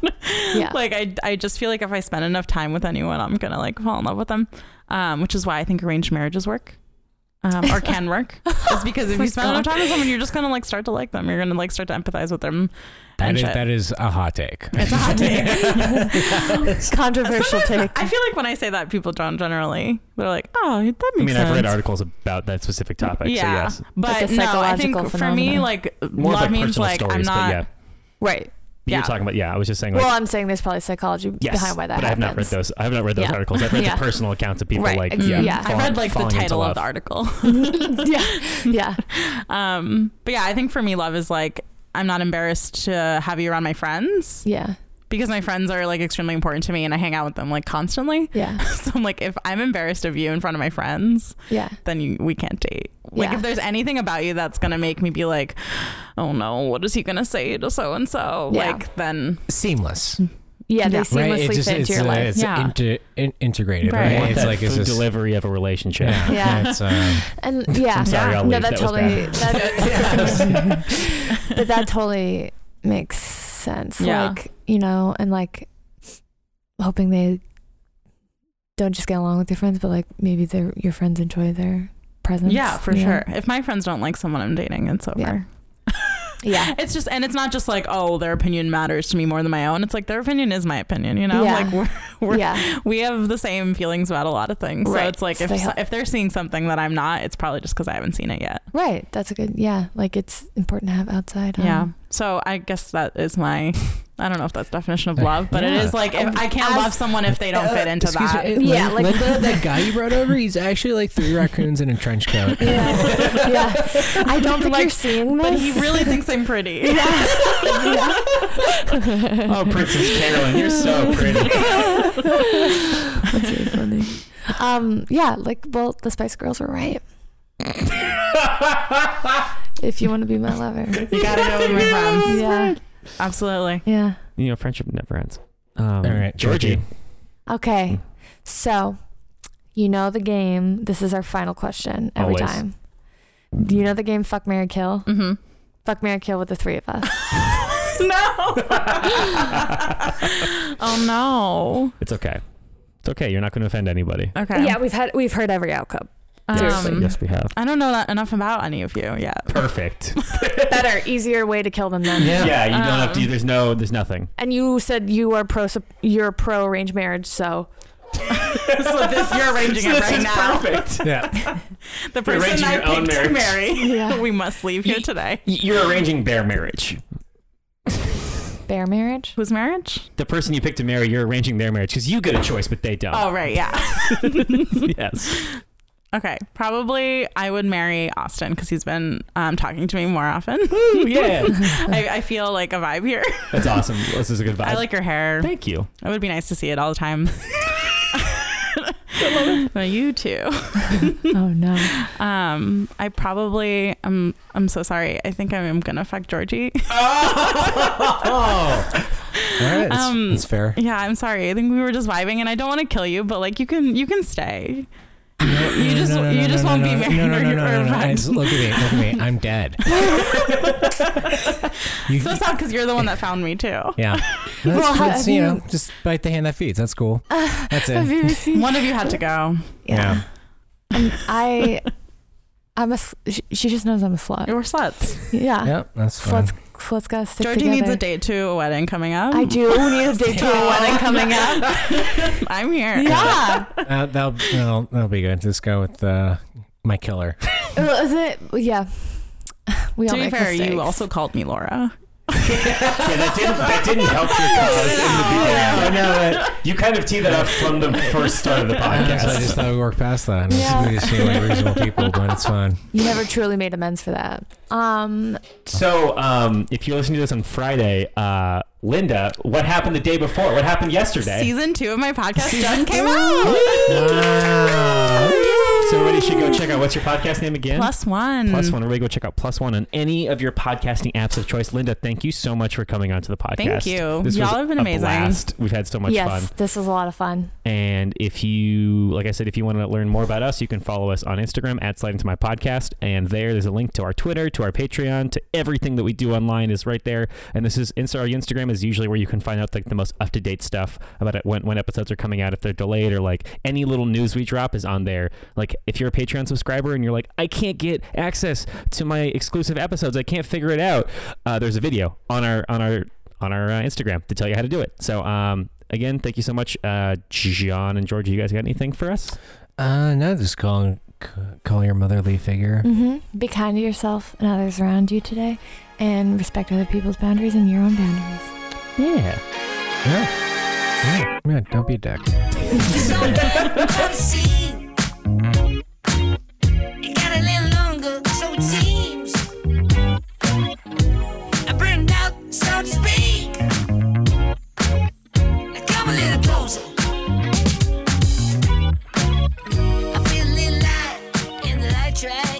A: Yeah.
D: Like I I just feel like if I spend enough time with anyone, I'm gonna like fall in love with them. Um. Which is why I think arranged marriages work. Um, or can work is because if
A: Oh my
D: you spend enough
A: God.
D: time with someone, you're just gonna like start to like them. You're gonna like start to empathize with them.
B: That
D: and
B: is
D: shit.
B: that is a hot take.
D: It's a hot take.
A: Controversial
D: Sometimes
A: take.
D: I feel like when I say that, people don't generally. They're like, oh, that makes
C: I mean,
D: sense.
C: I've read articles about that specific topic,
D: Yeah,
C: so yes.
D: but
A: Like a
D: no, I think
A: psychological
D: for me,
A: phenomenon.
D: like
C: More of
D: love
C: like
D: means
C: personal
D: like
C: stories,
D: I'm not.
C: but yeah.
A: right.
C: You're
D: yeah.
C: talking about yeah, I was just saying like
A: well, I'm saying there's probably psychology
C: yes,
A: behind why that
C: but I have not
A: happens.
C: read those. I have not read those
A: Yeah.
C: articles. I've read
A: Yeah.
C: the personal accounts of people
A: Right,
C: like
A: ex-
C: yeah,
A: yeah.
D: I
C: falling-
D: read like the
C: falling into
D: title of
C: love.
D: the article.
A: yeah. Yeah.
D: um, but yeah, I think for me, love is like I'm not embarrassed to have you around my friends
A: Yeah.
D: because my friends are like extremely important to me, and I hang out with them like constantly.
A: Yeah.
D: So I'm like, if I'm embarrassed of you in front of my friends,
A: Yeah.
D: then you, we can't date. Like
A: Yeah.
D: if there's anything about you that's gonna make me be like, oh no, what is he gonna say to so and so?
A: Yeah.
D: Like then
B: Seamless,
A: Yeah. They
D: Yeah.
A: seamlessly
B: right? It's
A: fit
B: it's,
A: into your
B: uh,
A: life.
B: it's
D: Yeah.
B: inter, in, integrated,
D: Right.
B: right?
D: I
C: Want
B: It's
C: that
B: like it's
C: food
B: just
C: delivery of a relationship.
B: yeah,
A: Yeah.
B: It's, um,
A: And yeah,
C: I'm sorry,
A: yeah.
C: I'll
A: no,
C: leave.
A: that,
C: That was
A: totally.
C: bad.
B: uh,
A: That, but that totally makes sense.
D: Yeah.
A: Like you know, and like hoping they don't just get along with your friends, but like maybe their your friends enjoy their presence.
D: Yeah, for sure. If my friends don't like someone I'm dating, it's over.
A: Yeah.
D: It's just, and it's not just like, oh, their opinion matters to me more than my own. It's like their opinion is my opinion, you know?
A: Yeah.
D: Like we're, we're,
A: yeah,
D: we have the same feelings about a lot of things. So
A: Right.
D: it's like
A: So
D: if,
A: they help.
D: if they're seeing something that I'm not, it's probably just because I haven't seen it yet.
A: right. That's a good. Yeah, like it's important to have outside. um,
D: yeah. So I guess that is my. I don't know if that's definition of love, but
B: Yeah.
D: it is like if I can't
A: As-
D: love someone if they don't fit into
B: Excuse
D: that.
B: me, eh,
A: Yeah,
B: let-
A: like-
B: let that guy you brought over, he's actually like three raccoons in a trench coat.
A: Yeah. yeah. I don't think
D: Like,
A: you're seeing this.
D: But he really thinks I'm pretty.
C: Oh, Princess Carolyn, you're so pretty.
A: That's really funny. Um, yeah, like well, the Spice Girls were right. if you want to be my lover,
D: You gotta know where you're from.
A: yeah,
D: Absolutely.
A: yeah.
C: You know, friendship never ends. Um,
B: All right, Georgie.
A: Okay, so you know the game. This is our final question every
C: Always.
A: time. Do you know the game? Fuck, Mary, kill.
D: Mm-hmm.
A: Fuck, Mary, kill with the three of us.
D: no. oh
C: It's okay. It's okay. You're not going to offend anybody.
D: no. Okay.
A: Yeah, we've had we've heard every outcome.
C: yes,
D: Um,
C: yes, we have.
D: I don't know that enough about any of you yet.
C: Perfect.
A: Better, easier way to kill them than.
B: Yeah.
C: Yeah, you don't have
D: Um,
C: to. There's no. There's nothing.
A: And you said you are pro. sup- You're pro arranged marriage, so
D: so this you're arranging it right now.
C: perfect.
B: Yeah.
D: The person
C: arranging
D: I
C: your own
D: picked to marry.
C: marriage.
A: Yeah.
D: we must leave here today.
C: You're arranging their marriage.
A: bear marriage.
D: Whose marriage?
C: The person you pick to marry, you're arranging their marriage because you get a choice, but they don't.
D: Oh right, yeah.
C: yes.
D: Okay, probably I would marry Austin because he's been um, talking to me more often.
C: yeah.
D: I, I feel like a vibe here.
C: That's awesome. This is a good vibe.
D: I like your hair.
C: Thank you.
D: It would be nice to see it all the time. Well, you too.
A: Oh no.
D: Um, I probably um, I'm so sorry. I think I'm gonna fuck Georgie.
B: Oh. All right. That's,
D: Um,
B: that's fair.
D: yeah, I'm sorry. I think we were just vibing, and I don't want to kill you, but like you can you can stay. you just- you just won't be married
B: No, no,
D: or
B: no,
D: you're
B: no, no, no.
D: around.
B: I just- Look at me. Look at me. I'm dead. You-
D: So sad because you're the one that found me too.
B: yeah. That's,
A: Well, ha-
B: that's,
A: have
B: you,
A: you-
B: know, just bite the hand that feeds. That's cool. That's
A: Have
B: it.
A: you ever seen?
D: One of you had to go.
B: Yeah.
A: And I, I'm a. s- She, she just knows I'm a slut.
D: You were sluts.
A: Yeah.
B: Yep, that's fine.
A: Sluts. Sluts gotta stick
D: Georgie
A: together.
D: needs a date to a wedding coming up.
A: I do need a date to a wedding coming up.
D: I'm here.
A: Yeah.
B: Uh, that'll, that'll that'll be good. Just go with uh, my killer.
A: Well, Is it? Yeah. We all
D: To be
A: make
D: fair,
A: mistakes.
D: you also called me Laura.
C: Yeah, that didn't that didn't help your cause in the
B: I
C: beginning.
B: know it.
C: You kind of teed that up from the first start of the
B: So I just
C: podcast.
B: thought we worked past that. And
A: Yeah.
B: We just seem like reasonable people, but it's fine.
A: You never truly made amends for that. Um,
C: So, um, if you're listening to this on Friday, uh, Linda, what happened the day before? What happened yesterday?
D: Season two of my podcast just came out.
C: Ah. So everybody should go check out what's your podcast name again?
D: Plus one.
C: Plus one. Everybody go check out Plus One on any of your podcasting apps of choice. Linda, thank you so much for coming onto the podcast.
D: Thank you.
C: This
D: Y'all
C: was
D: have been
C: a
D: amazing.
C: blast. We've had so much
A: yes,
C: fun.
A: this was a lot of fun.
C: And if you, like I said, if you want to learn more about us, you can follow us on Instagram at Slide Into My Podcast. And there, there's a link to our Twitter, to our Patreon, to everything that we do online is right there. And this is Insta, our Instagram is usually where you can find out like the most up to date stuff about it, when when episodes are coming out, if they're delayed, or like any little news we drop is on there. Like if you're a Patreon subscriber and you're like, I can't get access to my exclusive episodes, I can't figure it out. Uh, there's a video on our on our on our uh, Instagram to tell you how to do it. So um, again, thank you so much, uh, John and Georgia. You guys got anything for us?
B: Uh, no, just call call your motherly figure.
A: hmm Be kind to yourself and others around you today, and respect other people's boundaries and your own boundaries.
C: Yeah.
B: Yeah. Yeah. yeah, don't be a dick.
G: Try.